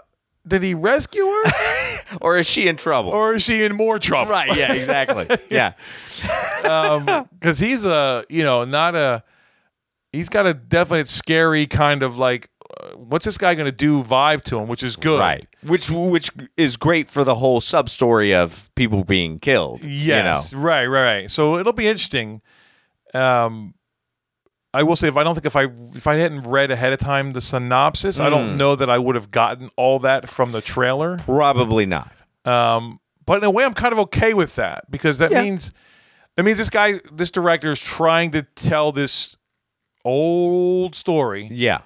Speaker 2: did he rescue
Speaker 1: [laughs]
Speaker 2: her
Speaker 1: Or is she in trouble?
Speaker 2: or is she in more trouble?
Speaker 1: right, yeah, exactly. [laughs] yeah.
Speaker 2: Because he's a, you know, not a, he's got a definite scary kind of like, uh, what's this guy going to do vibe to him, which is good.
Speaker 1: Right. Which which is great for the whole sub story of people being killed.
Speaker 2: Yes.
Speaker 1: You know.
Speaker 2: Right, right, right. So it'll be interesting. Um, I will say if I don't think if I if I hadn't read ahead of time the synopsis, I
Speaker 1: Hmm.
Speaker 2: don't know that I would have gotten all that from the trailer.
Speaker 1: Probably not.
Speaker 2: Um, but in a way, I'm kind of okay with that because that
Speaker 1: Yeah.
Speaker 2: means that means this guy, this director, is trying to tell this old story
Speaker 1: Yeah.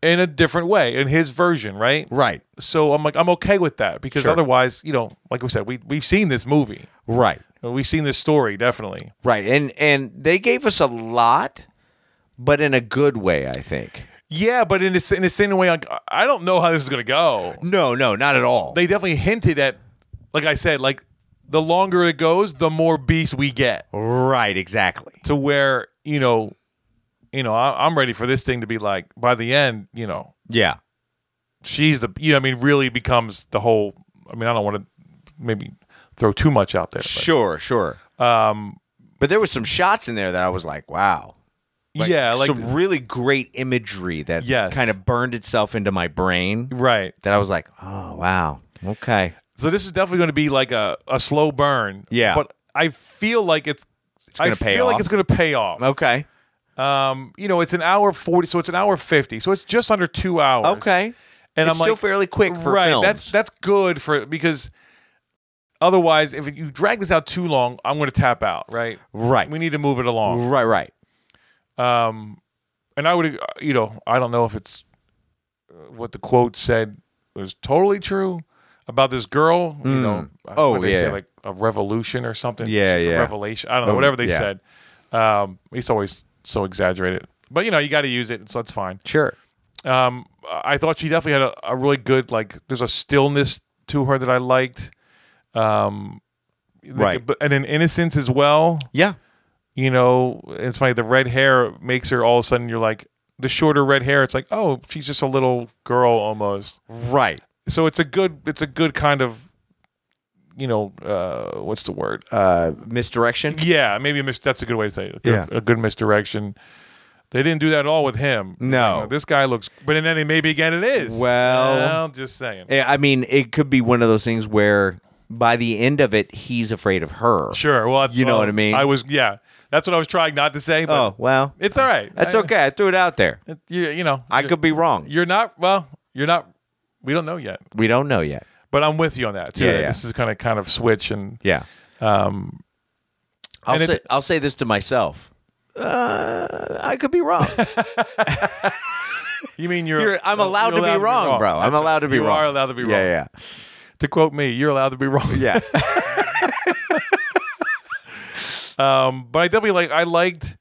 Speaker 2: in a different way, in his version, right?
Speaker 1: Right.
Speaker 2: So I'm like, I'm okay with that because
Speaker 1: Sure.
Speaker 2: otherwise, you know, like we said, we we've seen this movie,
Speaker 1: Right.
Speaker 2: we've seen this story, definitely.
Speaker 1: Right. And and they gave us a lot, but in a good way, I think.
Speaker 2: Yeah, but in the, s- in the same way, like, I don't know how this is gonna go.
Speaker 1: No, no, not at all.
Speaker 2: They definitely hinted at, like I said, like the longer it goes, the more beast we get.
Speaker 1: right, exactly.
Speaker 2: to where you know you know, I, I'm ready for this thing to be like by the end, you know,
Speaker 1: Yeah.
Speaker 2: she's the you know I mean really becomes the whole I mean I don't want to maybe throw too much out there. but-
Speaker 1: Sure, sure. Um, but there was some shots in there that I was like, wow.
Speaker 2: yeah, like
Speaker 1: some really great imagery that
Speaker 2: Yes.
Speaker 1: kind of burned itself into my brain.
Speaker 2: right.
Speaker 1: That I was like, oh wow, okay,
Speaker 2: So this is definitely going to be like a, a slow burn.
Speaker 1: Yeah.
Speaker 2: But I feel like it's it's
Speaker 1: gonna
Speaker 2: I
Speaker 1: pay
Speaker 2: feel
Speaker 1: off.
Speaker 2: like it's going to pay off.
Speaker 1: okay,
Speaker 2: Um, you know, it's an hour 40, so it's an hour 50. So it's just under 2 hours.
Speaker 1: okay.
Speaker 2: And I'm
Speaker 1: It's still
Speaker 2: like,
Speaker 1: fairly quick for
Speaker 2: right.
Speaker 1: films.
Speaker 2: That's that's good for because otherwise if you drag this out too long, I'm going to tap out, right?
Speaker 1: Right.
Speaker 2: We need to move it along.
Speaker 1: right, right.
Speaker 2: Um, and I would, uh, you know, I don't know if it's uh, what the quote said was totally true about this girl. You know, uh,
Speaker 1: Oh,
Speaker 2: what they say
Speaker 1: yeah.
Speaker 2: like a revolution or something.
Speaker 1: Yeah,
Speaker 2: A
Speaker 1: yeah.
Speaker 2: revelation. I don't know,
Speaker 1: Oh,
Speaker 2: whatever they
Speaker 1: yeah.
Speaker 2: said. Um, it's always so exaggerated, but you know, you got to use it, so it's fine.
Speaker 1: Sure.
Speaker 2: Um, I thought she definitely had a, a really good like. There's a stillness to her that I liked. Um,
Speaker 1: Right.
Speaker 2: but- and an innocence as well
Speaker 1: Yeah.
Speaker 2: you know, it's funny. The red hair makes her all of a sudden. You're like the shorter red hair. It's like, oh, she's just a little girl almost.
Speaker 1: Right.
Speaker 2: So it's a good. It's a good kind of, you know, uh, what's the word? Uh,
Speaker 1: Misdirection.
Speaker 2: yeah, maybe a mis- that's a good way to say it. A good,
Speaker 1: Yeah.
Speaker 2: a good misdirection. They didn't do that at all with him.
Speaker 1: No.
Speaker 2: You know, this guy looks. But then it- maybe again it is.
Speaker 1: Well-
Speaker 2: just saying.
Speaker 1: Eh, I mean, it could be one of those things where by the end of it, he's afraid of her.
Speaker 2: Sure. Well, I-
Speaker 1: You know
Speaker 2: well,
Speaker 1: what I mean.
Speaker 2: I was. Yeah, that's what I was trying not to say. But
Speaker 1: Oh well,
Speaker 2: it's all right.
Speaker 1: that's
Speaker 2: I-
Speaker 1: okay. I threw it out there.
Speaker 2: it- you, you know,
Speaker 1: I
Speaker 2: you-
Speaker 1: could be wrong.
Speaker 2: You're not. Well, you're not. We don't know yet,
Speaker 1: We don't know yet.
Speaker 2: but I'm with you on that too.
Speaker 1: Yeah,
Speaker 2: that
Speaker 1: yeah.
Speaker 2: This is kind of kind of switch, and
Speaker 1: Yeah. Um, I'll
Speaker 2: and it-
Speaker 1: say I'll say this to myself. Uh, I could be [laughs] wrong.
Speaker 2: you mean you're?
Speaker 1: You're- I'm
Speaker 2: you're
Speaker 1: allowed to be wrong, bro. I'm
Speaker 2: That's
Speaker 1: allowed to be
Speaker 2: you
Speaker 1: wrong.
Speaker 2: are allowed to be wrong.
Speaker 1: yeah,
Speaker 2: To quote me, you're allowed to be wrong.
Speaker 1: yeah, yeah.
Speaker 2: Um, but I definitely like. I liked.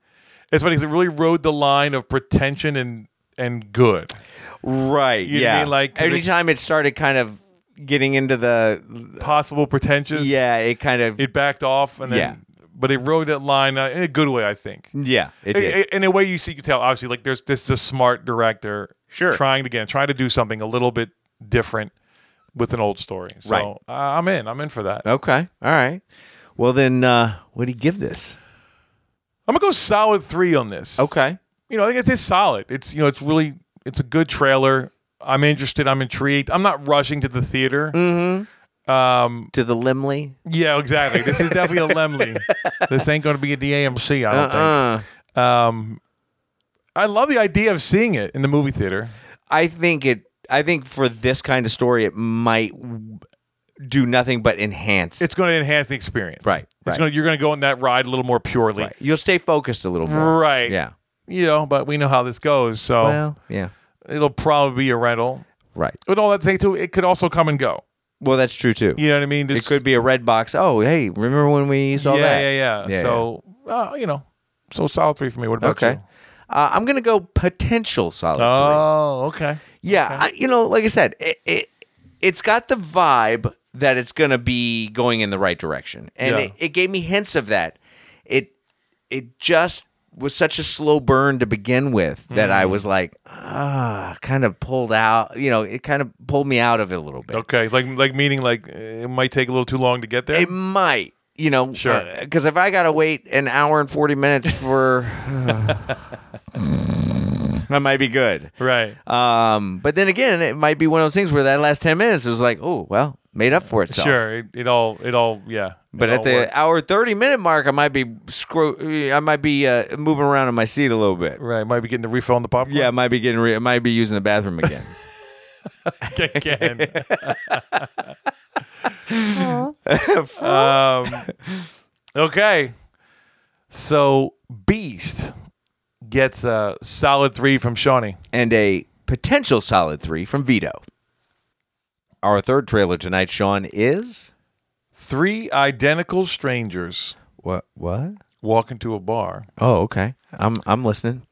Speaker 2: It's funny because it really rode the line of pretension and and good.
Speaker 1: [laughs] right.
Speaker 2: You know what I
Speaker 1: yeah.
Speaker 2: mean? Like, 'cause it-
Speaker 1: anytime it started kind of getting into the
Speaker 2: Possible pretentious.
Speaker 1: yeah, it kind of
Speaker 2: It backed off, and then.
Speaker 1: Yeah.
Speaker 2: But it rode that line uh, in a good way, I think.
Speaker 1: yeah, it did.
Speaker 2: I- I- in a way you see you can tell obviously like there's this is a smart director
Speaker 1: Sure.
Speaker 2: trying to again trying to do something a little bit different with an old story so
Speaker 1: Right.
Speaker 2: uh, i'm in i'm in for that
Speaker 1: okay, all right. Well then, uh, what do you give this?
Speaker 2: i'm gonna go solid three on this
Speaker 1: Okay,
Speaker 2: you know i think it's, it's solid it's you know it's really it's a good trailer i'm interested i'm intrigued i'm not rushing to the theater
Speaker 1: Mm. to the Limley.
Speaker 2: yeah exactly this is definitely a
Speaker 1: [laughs]
Speaker 2: lemley this ain't gonna be a damc i don't think
Speaker 1: Uh,
Speaker 2: i love the idea of seeing it in the movie theater
Speaker 1: I think it. I think for this kind of story, it might do nothing but enhance.
Speaker 2: it's going to enhance the experience
Speaker 1: Right,
Speaker 2: it's
Speaker 1: right.
Speaker 2: Gonna, you're going to go on that ride a little more purely
Speaker 1: Right. You'll stay focused a little more.
Speaker 2: Right.
Speaker 1: Yeah.
Speaker 2: You know, but we know how this goes, so
Speaker 1: Well, yeah.
Speaker 2: it'll probably be a rental.
Speaker 1: Right.
Speaker 2: With all that saying too, it could also come and go.
Speaker 1: Well, that's true too.
Speaker 2: You know what I mean?
Speaker 1: It could be a red box. Oh, hey, remember when we saw
Speaker 2: yeah,
Speaker 1: that?
Speaker 2: yeah, yeah, So uh, you know, so solid three for me. What about
Speaker 1: okay.
Speaker 2: you?
Speaker 1: Uh, I'm gonna go potential solid. three.
Speaker 2: Oh, okay.
Speaker 1: yeah, I, you know, like I said, it, it it's got the vibe that it's gonna be going in the right direction, and
Speaker 2: Yeah.
Speaker 1: it, it gave me hints of that. It it just was such a slow burn to begin with that
Speaker 2: Mm-hmm.
Speaker 1: I was like, ah, kind of pulled out. You know, it kind of pulled me out of it a little bit.
Speaker 2: Okay. Like like meaning like uh, it might take a little too long to get there.
Speaker 1: It might, you know,
Speaker 2: Sure.
Speaker 1: Because if I gotta wait an hour and forty minutes for, [sighs] that might be good.
Speaker 2: right.
Speaker 1: Um, but then again, it might be one of those things where that last ten minutes was like, oh well, made up for itself.
Speaker 2: Sure. It, it all it all yeah.
Speaker 1: But
Speaker 2: It
Speaker 1: at
Speaker 2: all
Speaker 1: the
Speaker 2: worked.
Speaker 1: hour thirty minute mark, I might be scro- I might be uh, moving around in my seat a little bit.
Speaker 2: right might be getting the refill on the popcorn.
Speaker 1: Yeah, I might be getting. Re- I might be using the
Speaker 2: [laughs]
Speaker 1: bathroom again.
Speaker 2: again. [laughs] um, okay. So Beast gets a solid three from Shawnee.
Speaker 1: and a potential solid three from Vito. Our third trailer tonight, Sean, is
Speaker 2: Three identical strangers
Speaker 1: what? What?
Speaker 2: walk into a bar,
Speaker 1: Oh, okay. I'm I'm listening.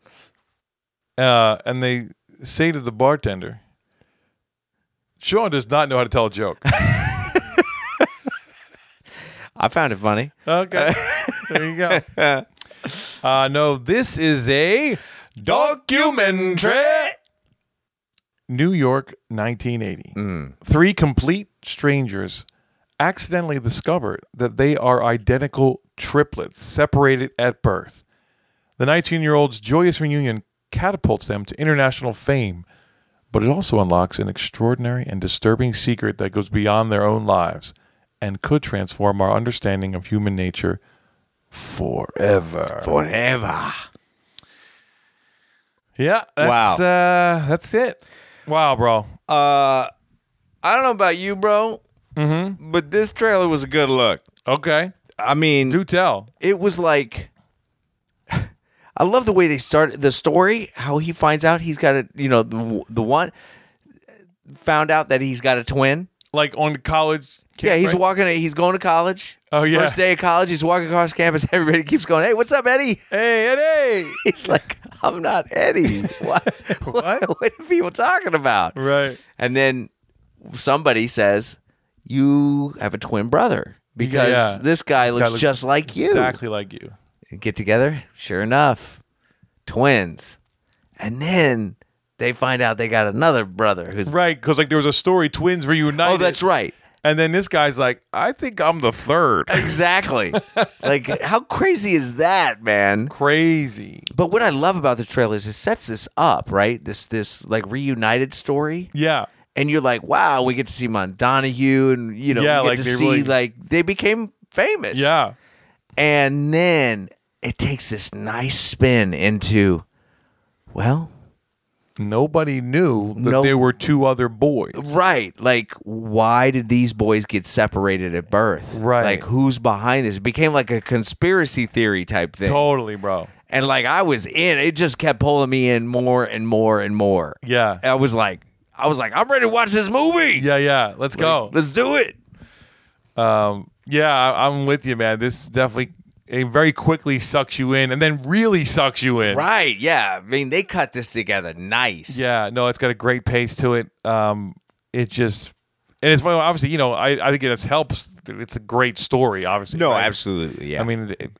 Speaker 2: uh, and they say to the bartender, "Sean does not know how to tell a joke."
Speaker 1: I found it funny.
Speaker 2: [laughs] okay, there you go. Uh, no, this Uh, is a documentary. New York, 1980. Three complete strangers accidentally discover that they are identical triplets, separated at birth. The 19 year old's joyous reunion catapults them to international fame, but it also unlocks an extraordinary and disturbing secret that goes beyond their own lives and could transform our understanding of human nature e- forever.
Speaker 1: Forever.
Speaker 2: Yeah, that's uh that's it. Wow, bro.
Speaker 1: Uh, I don't know about you, bro, mm-hmm. but this trailer was a good look.
Speaker 2: Okay.
Speaker 1: I mean,
Speaker 2: Do tell.
Speaker 1: it was like I love the way they started the story. How he finds out he's got a you know the the one found out that he's got a twin.
Speaker 2: Like on college camp,
Speaker 1: yeah, he's
Speaker 2: right?
Speaker 1: walking. He's going to college.
Speaker 2: Oh, yeah.
Speaker 1: first day of college, he's walking across campus. [laughs] Everybody keeps going, "Hey, what's up, Eddie?"
Speaker 2: Hey, hey, hey.
Speaker 1: [laughs] He's like, "I'm not
Speaker 2: [laughs]
Speaker 1: Eddie." What?
Speaker 2: What?
Speaker 1: [laughs] what are people talking about?
Speaker 2: Right.
Speaker 1: And then somebody says, "You have a twin brother." Because
Speaker 2: yeah.
Speaker 1: this guy looks
Speaker 2: looks
Speaker 1: just like you
Speaker 2: Exactly like you.
Speaker 1: get together. Sure enough, twins. And then they find out they got another brother who's
Speaker 2: Right, because like there was a story, twins reunited.
Speaker 1: Oh, that's right.
Speaker 2: And then this guy's like, I think I'm the third.
Speaker 1: Exactly. like how crazy is that, man?
Speaker 2: Crazy.
Speaker 1: But what I love about the trailer is it sets this up, right? This this like reunited story.
Speaker 2: Yeah.
Speaker 1: And you're like, wow, we get to see Mondonohue and you know,
Speaker 2: Yeah,
Speaker 1: we get
Speaker 2: like,
Speaker 1: to
Speaker 2: they
Speaker 1: see
Speaker 2: really-
Speaker 1: like they became famous.
Speaker 2: Yeah.
Speaker 1: And then it takes this nice spin into well,
Speaker 2: Nobody knew that
Speaker 1: No-
Speaker 2: there were two other boys.
Speaker 1: Right. Like, why did these boys get separated at birth?
Speaker 2: Right.
Speaker 1: Like, who's behind this? It became like a conspiracy theory type thing.
Speaker 2: Totally, bro.
Speaker 1: And like, I was in. It just kept pulling me in more and more and more.
Speaker 2: Yeah.
Speaker 1: I was like, I was like, I'm ready to watch this movie.
Speaker 2: Yeah, yeah. Let's go.
Speaker 1: Let's do it.
Speaker 2: Yeah, I, I'm with you, man. This definitely it very quickly sucks you in, and then really sucks you in.
Speaker 1: Right. Yeah. I mean, they cut this together nice.
Speaker 2: Yeah, no, it's got a great pace to it. Um, it just and it's funny, obviously, you know, I, I think it helps. It's a great story, obviously.
Speaker 1: No,
Speaker 2: right?
Speaker 1: absolutely. Yeah.
Speaker 2: I mean, it,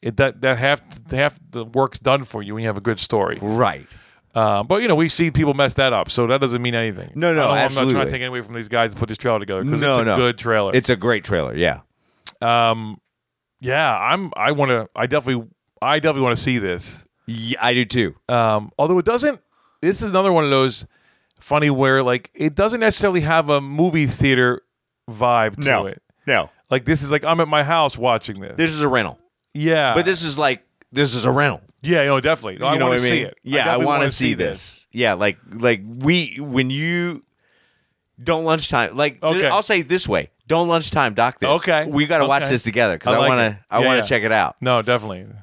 Speaker 2: it that that half half the work's done for you when you have a good story.
Speaker 1: right.
Speaker 2: Uh, but you know, we see people mess that up, so that doesn't mean anything.
Speaker 1: No,
Speaker 2: I don't-
Speaker 1: no,
Speaker 2: I'm not trying
Speaker 1: absolutely.
Speaker 2: to take anything away from these guys to put this trailer together because
Speaker 1: No,
Speaker 2: it's a
Speaker 1: no.
Speaker 2: good trailer.
Speaker 1: It's a great trailer. Yeah.
Speaker 2: yeah, I'm. I want to. I definitely. I definitely want to see this.
Speaker 1: yeah. I do too.
Speaker 2: Um, although it doesn't, this is another one of those funny where like it doesn't necessarily have a movie theater vibe to it.
Speaker 1: No.
Speaker 2: Like this is like I'm at my house watching this.
Speaker 1: This is a rental.
Speaker 2: yeah,
Speaker 1: But this is like, this is a rental.
Speaker 2: yeah, no, definitely. No, I
Speaker 1: you know
Speaker 2: want
Speaker 1: what I
Speaker 2: to
Speaker 1: mean?
Speaker 2: see it.
Speaker 1: Yeah, I,
Speaker 2: definitely
Speaker 1: want
Speaker 2: wanna
Speaker 1: to see this. Yeah, like like we when you don't lunchtime like th-
Speaker 2: Okay.
Speaker 1: I'll say it this way, don't lunchtime doc this.
Speaker 2: Okay.
Speaker 1: we got to watch
Speaker 2: Okay.
Speaker 1: this together because
Speaker 2: I
Speaker 1: I,
Speaker 2: like
Speaker 1: want
Speaker 2: it.
Speaker 1: to I
Speaker 2: Yeah,
Speaker 1: want
Speaker 2: yeah.
Speaker 1: to check it out.
Speaker 2: No, definitely. And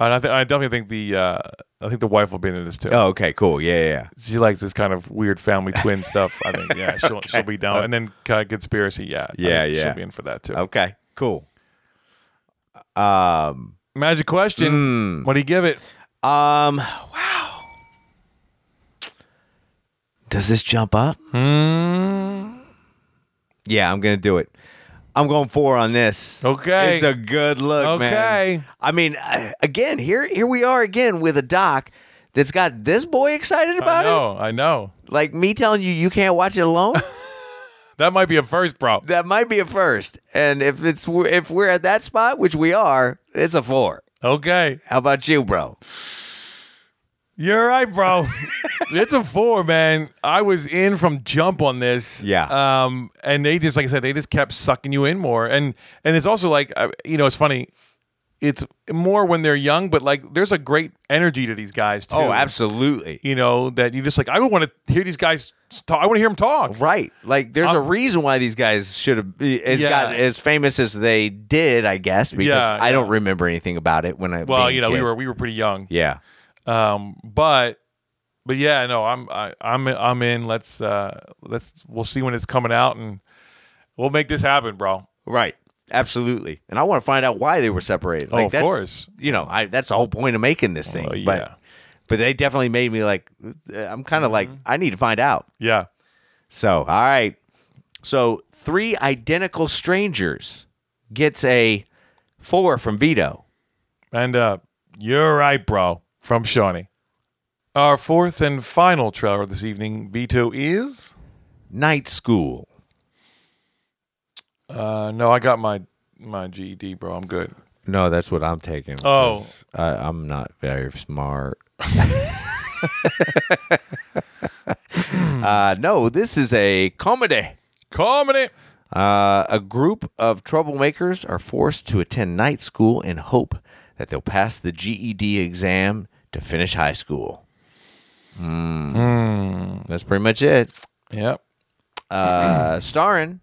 Speaker 2: I, th- I definitely think the uh, I think the wife will be into this too.
Speaker 1: Oh, okay, cool. Yeah, yeah, yeah.
Speaker 2: She likes this kind of weird family
Speaker 1: [laughs]
Speaker 2: twin stuff. I think yeah, she'll, she'll be down. And then kind of conspiracy. Yeah, I
Speaker 1: Yeah,
Speaker 2: think
Speaker 1: yeah.
Speaker 2: She'll be in for that too.
Speaker 1: Okay, cool. Um,
Speaker 2: Magic question. What do you give it?
Speaker 1: um, wow. Does this jump up? Hmm. Yeah, I'm gonna do it. I'm going four on this.
Speaker 2: Okay.
Speaker 1: it's a good look, man.
Speaker 2: Okay.
Speaker 1: I mean, I- again, here here we are again with a doc that's got this boy excited
Speaker 2: I
Speaker 1: about it.
Speaker 2: know. I know.
Speaker 1: Like me telling you, you can't watch it
Speaker 2: [laughs]
Speaker 1: alone.
Speaker 2: That might be a first, bro.
Speaker 1: that might be a first. And if it's if we're at that spot, which we are, it's a four.
Speaker 2: Okay.
Speaker 1: How about you, bro?
Speaker 2: You're right, bro. [laughs] it's a four, man. I was in from jump on this.
Speaker 1: Yeah.
Speaker 2: Um, and they just, like I said, they just kept sucking you in more. And and it's also like, uh, you know, it's funny. It's more when they're young, but like, there's a great energy to these guys too.
Speaker 1: Oh, absolutely.
Speaker 2: You know that you just like. I would want to hear these guys talk. I want to hear them talk.
Speaker 1: Right. Like there's a
Speaker 2: I'm-
Speaker 1: reason why these guys should have has
Speaker 2: Um, Yeah.
Speaker 1: gotten as famous as they did, I guess, because
Speaker 2: Yeah,
Speaker 1: I don't remember anything about it when I
Speaker 2: Well,
Speaker 1: being a
Speaker 2: you know, we
Speaker 1: kid.
Speaker 2: were we were pretty young.
Speaker 1: Yeah.
Speaker 2: Um, but but yeah, no, I'm I, I'm I'm in. Let's uh let's we'll see when it's coming out, and we'll make this happen, bro.
Speaker 1: Right. Absolutely. And I want to find out why they were separated.
Speaker 2: Oh,
Speaker 1: Like
Speaker 2: of
Speaker 1: that's,
Speaker 2: course.
Speaker 1: You know, I that's the whole point of making this thing.
Speaker 2: Well, yeah.
Speaker 1: But but they definitely made me like uh, I'm kind of like
Speaker 2: Mm-hmm.
Speaker 1: I need to find out.
Speaker 2: Yeah.
Speaker 1: So, all right. So, three identical strangers gets a 4 from Vito.
Speaker 2: And uh, you're right, bro. From Shawnee. Our fourth and final trailer this evening, B2, is.
Speaker 1: Night School.
Speaker 2: Uh, no, I got my my GED, bro. I'm good.
Speaker 3: No, that's what I'm taking.
Speaker 2: Oh.
Speaker 3: because I, I'm not very smart.
Speaker 1: [laughs] Uh, no, this is a comedy.
Speaker 2: Comedy.
Speaker 1: Uh, a group of troublemakers are forced to attend night school in hope that they'll pass the GED exam to finish high school. Mm. That's pretty much it.
Speaker 2: Yep.
Speaker 1: Uh, starring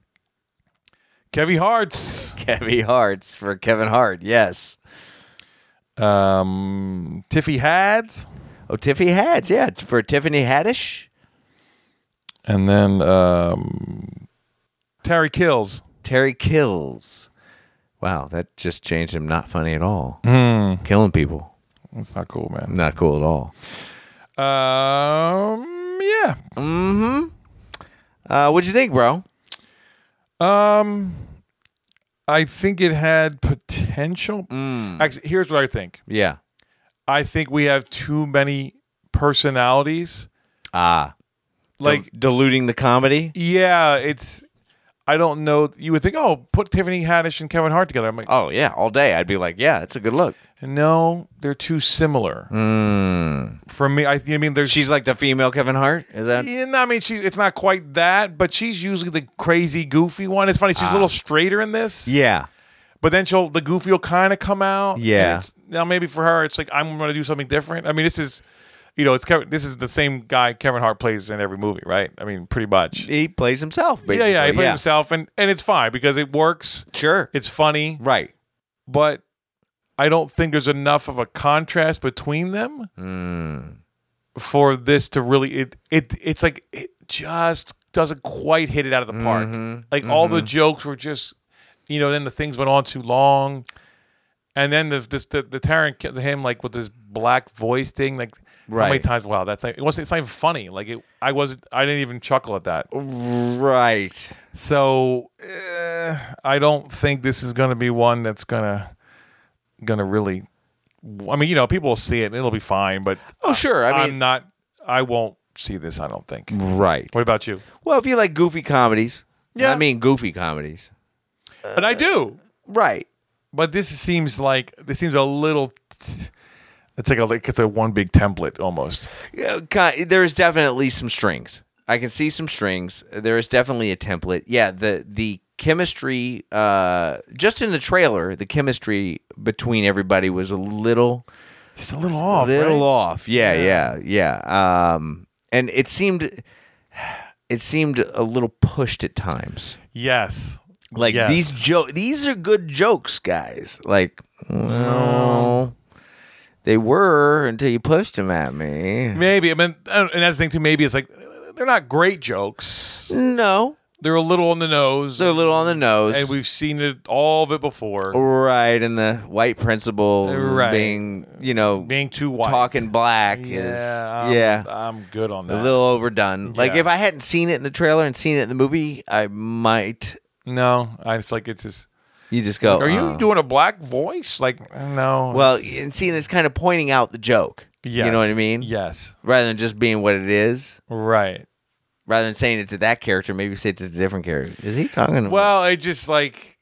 Speaker 2: Kevy Hart's.
Speaker 1: Kevin Hart's for Kevin Hart. Yes.
Speaker 2: Um, Tiffy Hads.
Speaker 1: Oh, Tiffany Haddish. Yeah, for Tiffany Haddish.
Speaker 2: And then um, Terry Kills.
Speaker 1: Terry kills. Wow, that just changed him. Not funny at all. Killing people.
Speaker 2: That's not cool, man.
Speaker 1: Not cool at all.
Speaker 2: Um, yeah.
Speaker 1: Mm-hmm. Uh, what'd you think, bro?
Speaker 2: Um, I think it had potential.
Speaker 1: Mm.
Speaker 2: Actually, here's what I think.
Speaker 1: Yeah.
Speaker 2: I think we have too many personalities.
Speaker 1: Ah.
Speaker 2: Like,
Speaker 1: diluting the comedy.
Speaker 2: yeah, it's. I don't know. You would think, oh, put Tiffany Haddish and Kevin Hart together. I'm like,
Speaker 1: Oh yeah, all day. I'd be like, yeah, it's a good look.
Speaker 2: no, they're too similar.
Speaker 1: Hmm.
Speaker 2: For me, I, you know what I mean, there's.
Speaker 1: Mm. She's like the female Kevin Hart. Is that?
Speaker 2: Yeah, no, I mean, she's it's not quite that, but she's usually the crazy, goofy one. It's funny, she's a little straighter in this.
Speaker 1: Ah. Yeah.
Speaker 2: but then she'll the goofy will kind of come out. and
Speaker 1: Yeah.
Speaker 2: it's- Now maybe for her, it's like I'm going to do something different. I mean, this is, you know, it's Kevin, this is the same guy Kevin Hart plays in every movie, right? I mean, pretty much.
Speaker 1: He plays himself. Basically.
Speaker 2: yeah, yeah, he plays himself, and and it's fine because it works.
Speaker 1: Sure.
Speaker 2: It's funny,
Speaker 1: Right.
Speaker 2: but I don't think there's enough of a contrast between them for this to really it it it's like it just doesn't quite hit it out of the park. Like all the jokes were just you know then the things went on too long. And then the this, the the Tarrant him like with this black voice thing like how many
Speaker 1: Right.
Speaker 2: times wow that's like it wasn't it's not even funny like it I wasn't I didn't even chuckle at that
Speaker 1: Right.
Speaker 2: so eh, I don't think this is going to be one that's gonna gonna really. I mean, you know, people will see it and it'll be fine. But
Speaker 1: Oh, sure. I mean-
Speaker 2: am not. I won't see this. I don't think.
Speaker 1: Right.
Speaker 2: What about you?
Speaker 1: Well, if you like goofy comedies.
Speaker 2: Yeah.
Speaker 1: I mean goofy comedies.
Speaker 2: But I do.
Speaker 1: Right.
Speaker 2: But this seems like this seems a little. It's like a like it's a one big template almost.
Speaker 1: Yeah, Uh, ki- there's definitely some strings. I can see some strings. There is definitely a template. Yeah, the the chemistry uh just in the trailer, the chemistry between everybody was a little
Speaker 2: It's a little off.
Speaker 1: little
Speaker 2: right?
Speaker 1: off. Yeah, yeah, yeah, Um and it seemed it seemed a little pushed at times.
Speaker 2: Yes.
Speaker 1: Like
Speaker 2: Yes.
Speaker 1: these joke these are good jokes, guys. Like well, they were until you pushed them at me.
Speaker 2: Maybe I mean, and that's the thing too. Maybe it's like they're not great jokes.
Speaker 1: No.
Speaker 2: They're a little on the nose.
Speaker 1: They're a little on the nose.
Speaker 2: and we've seen it all of it
Speaker 1: Oh,
Speaker 2: before.
Speaker 1: Right, and the white principal
Speaker 2: Right.
Speaker 1: being, you know,
Speaker 2: Being too white,
Speaker 1: talking black
Speaker 2: Yeah,
Speaker 1: is
Speaker 2: I'm,
Speaker 1: yeah,
Speaker 2: I'm good on that.
Speaker 1: a little overdone. Like
Speaker 2: Yeah.
Speaker 1: if I hadn't seen it in the trailer and seen it in the movie, I might.
Speaker 2: no, I feel like it's just.
Speaker 1: You just go.
Speaker 2: Are you
Speaker 1: uh.
Speaker 2: doing a black voice? Like no.
Speaker 1: well?
Speaker 2: it's-
Speaker 1: And seeing it's kind of pointing out the joke. You
Speaker 2: Yes,
Speaker 1: know what I mean?
Speaker 2: Yes.
Speaker 1: Rather than just being what it is,
Speaker 2: Right.
Speaker 1: rather than saying it to that character, maybe say it to a different character. Is he talking? about-
Speaker 2: Well, it just like,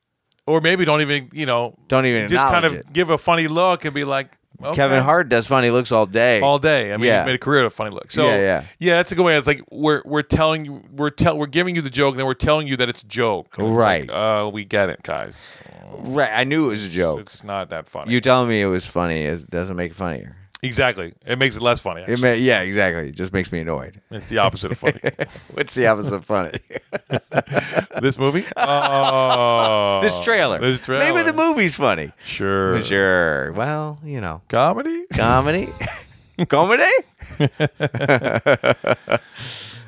Speaker 2: or maybe don't even you know,
Speaker 1: Don't even
Speaker 2: just kind of
Speaker 1: acknowledge it.
Speaker 2: give a funny look and be like okay.
Speaker 1: Kevin Hart does funny looks all day.
Speaker 2: all day. I mean,
Speaker 1: Yeah.
Speaker 2: he's made a career of funny looks. So
Speaker 1: Yeah, yeah.
Speaker 2: that's a good way. It's like we're we're telling you we're tell we're giving you the joke, and then we're telling you that it's a joke. And it's
Speaker 1: Right.
Speaker 2: like, uh, we get it, guys.
Speaker 1: right. I knew it was a joke.
Speaker 2: It's not that funny.
Speaker 1: You telling me it was funny is, doesn't make it funnier.
Speaker 2: exactly. It makes it less funny.
Speaker 1: It
Speaker 2: Actually.
Speaker 1: may, yeah, exactly. It just makes me
Speaker 2: [laughs]
Speaker 1: annoyed.
Speaker 2: it's the opposite of
Speaker 1: [laughs]
Speaker 2: funny.
Speaker 1: What's the opposite
Speaker 2: [laughs]
Speaker 1: of funny? [laughs]
Speaker 2: this movie? Oh.
Speaker 1: this trailer.
Speaker 2: This trailer.
Speaker 1: Maybe the movie's funny.
Speaker 2: Sure.
Speaker 1: Sure. Well, you know,
Speaker 2: Comedy?
Speaker 1: comedy. [laughs]
Speaker 2: [laughs]
Speaker 1: comedy?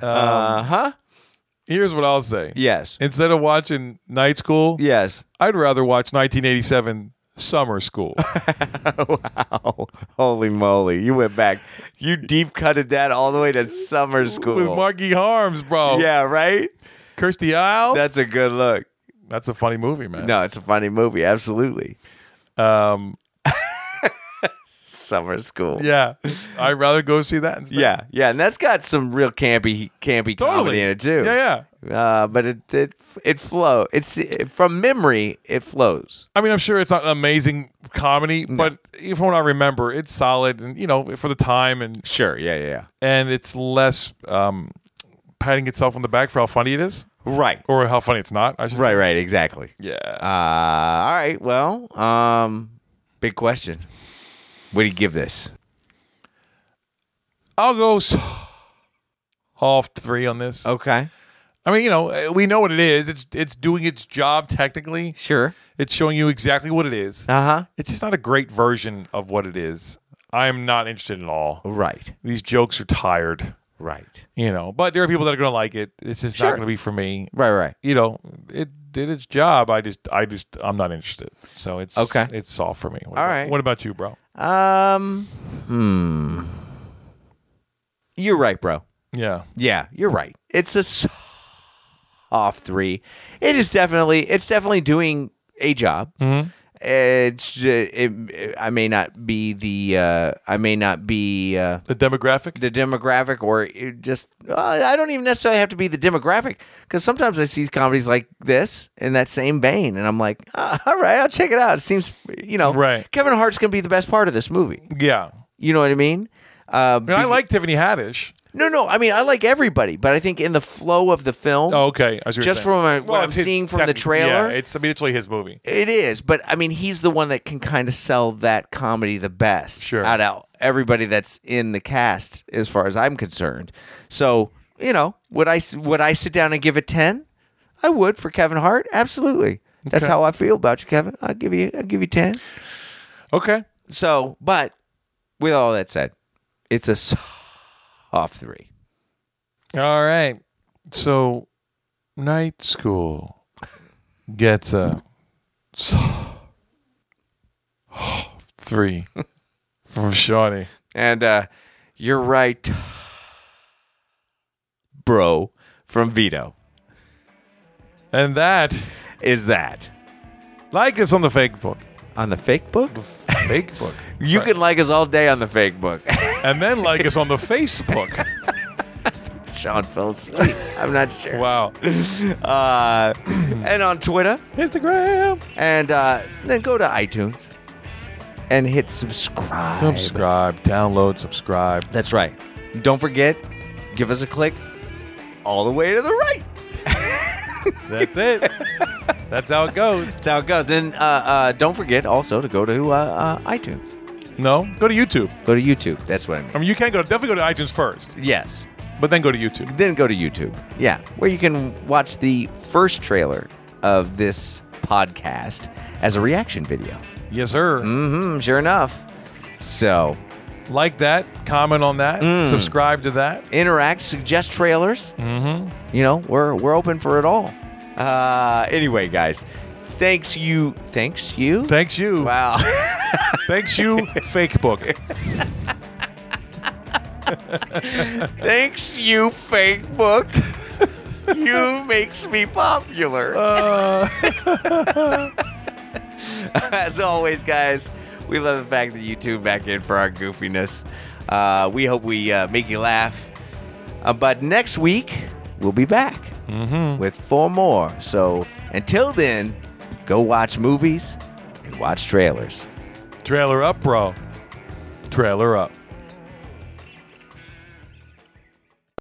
Speaker 2: Um,
Speaker 1: uh huh.
Speaker 2: Here's what I'll say.
Speaker 1: Yes.
Speaker 2: Instead of watching Night School,
Speaker 1: Yes. [laughs]
Speaker 2: I'd rather watch 1987 Summer School.
Speaker 1: Wow. Holy moly. You went back. You deep cutted that all the way to summer school.
Speaker 2: With oh. Marky Harms, bro.
Speaker 1: yeah, right?
Speaker 2: Kirstie Isles.
Speaker 1: That's a good look.
Speaker 2: That's a funny movie, man.
Speaker 1: No, it's a funny movie. Absolutely.
Speaker 2: Um,
Speaker 1: [laughs] Summer school.
Speaker 2: Yeah, I'd rather go see that. Instead.
Speaker 1: Yeah, yeah, and that's got some real campy, campy comedy
Speaker 2: totally.
Speaker 1: in it too.
Speaker 2: Yeah, yeah.
Speaker 1: Uh, but it it it flow. It's it, from memory. It flows.
Speaker 2: I mean, I'm sure it's not an amazing comedy, but from what I remember, it's solid and you know for the time and
Speaker 1: Sure. Yeah. Yeah. yeah.
Speaker 2: and it's less um, patting itself on the back for how funny it is
Speaker 1: Right.
Speaker 2: or how funny it's not. I should
Speaker 1: Right. Right. Exactly.
Speaker 2: Say. Yeah.
Speaker 1: Uh, all right. Well, um, big question. What do you give this?
Speaker 2: I'll go s- off three on this.
Speaker 1: Okay.
Speaker 2: I mean, you know, eh, we know what it is. It's it's doing its job technically.
Speaker 1: Sure.
Speaker 2: It's showing you exactly what it is.
Speaker 1: Uh
Speaker 2: It's just not a great version of what it is. I'm not interested at all.
Speaker 1: huh. Right.
Speaker 2: These jokes are tired,
Speaker 1: Right.
Speaker 2: you know. But there are people that are going to like it. It's just
Speaker 1: Sure.
Speaker 2: not going to be for me.
Speaker 1: Right. Right.
Speaker 2: You know, it did its job. I just, I just, I'm not interested. So it's
Speaker 1: Okay.
Speaker 2: It's soft for me. What
Speaker 1: All
Speaker 2: about-
Speaker 1: right.
Speaker 2: What about you, bro?
Speaker 1: Um. Hmm. You're right, bro.
Speaker 2: Yeah.
Speaker 1: Yeah, you're right. It's a s- off three. It is definitely. It's definitely doing a job.
Speaker 2: Mm-hmm.
Speaker 1: It's. ju- It, it- I may not be the. Uh, I may not be uh,
Speaker 2: The demographic.
Speaker 1: the demographic, or it just. Uh, I don't even necessarily have to be the demographic because sometimes I see comedies like this in that same vein, and I'm like, "Ah, all right, I'll check it out. It seems, you know,
Speaker 2: Right.
Speaker 1: Kevin Hart's gonna be the best part of this movie.
Speaker 2: yeah.
Speaker 1: You know what I mean? Uh,
Speaker 2: I mean, I
Speaker 1: be-
Speaker 2: like Tiffany Haddish.
Speaker 1: no, no. I mean, I like everybody, but I think in the flow of the film,
Speaker 2: Oh, okay. I see what you're
Speaker 1: Just
Speaker 2: saying.
Speaker 1: from, uh, what I'm
Speaker 2: it's his-
Speaker 1: seeing from the
Speaker 2: technic-
Speaker 1: trailer.
Speaker 2: Yeah, it's I mean, it's really his movie.
Speaker 1: it is. But I mean, he's the one that can kind of sell that comedy the best
Speaker 2: Sure.
Speaker 1: out of everybody that's in the cast, as far as I'm concerned. So you know, would I s- would I sit down and give it ten? I would for Kevin Hart, absolutely. That's
Speaker 2: Okay.
Speaker 1: how I feel about you, Kevin. I'll give you I'll give you ten.
Speaker 2: Okay.
Speaker 1: So, but with all that said, it's a s- off three.
Speaker 2: All right. So, Night School gets a [sighs] s- three from Shawnee.
Speaker 1: And uh, you're right, bro, from Vito.
Speaker 2: And that,
Speaker 1: Is that
Speaker 2: like us on the fake book.
Speaker 1: on the fake book?
Speaker 2: Fake book.
Speaker 1: You can like us all day on the fake book. [laughs]
Speaker 2: And then like us on the Facebook.
Speaker 1: Sean fell asleep. I'm not sure.
Speaker 2: Wow.
Speaker 1: Uh, [clears throat] and on Twitter.
Speaker 2: Instagram.
Speaker 1: And uh, then go to iTunes and hit subscribe.
Speaker 2: Subscribe, download, subscribe.
Speaker 1: That's right. Don't forget, give us a click all the way to the right.
Speaker 2: That's it. That's how it goes.
Speaker 1: That's how it goes. Then uh, uh, don't forget also to go to uh, uh, iTunes.
Speaker 2: No, go to YouTube.
Speaker 1: Go to YouTube. That's what I mean.
Speaker 2: I mean, you can go definitely go to iTunes first,
Speaker 1: Yes.
Speaker 2: but then go to YouTube.
Speaker 1: Then go to YouTube. Yeah. Where you can watch the first trailer of this podcast as a reaction video.
Speaker 2: Yes, sir.
Speaker 1: Mm, sure enough. So
Speaker 2: Mm. Like that, comment on that, subscribe to that.
Speaker 1: interact, suggest trailers. Mm-hmm. You know, we're we're open for it all. Uh, anyway, guys, thanks you, thanks you.
Speaker 2: Thanks you.
Speaker 1: wow. [laughs]
Speaker 2: Thanks you, fake book.
Speaker 1: Thanks, you fake book. [laughs] you makes me popular. [laughs] As always, guys, we love the fact that you tune back in for our goofiness. Uh, we hope we uh, make you laugh. Uh, but next week, we'll be back with four more. So until then, go watch movies and watch trailers.
Speaker 2: Trailer up, bro. Trailer up.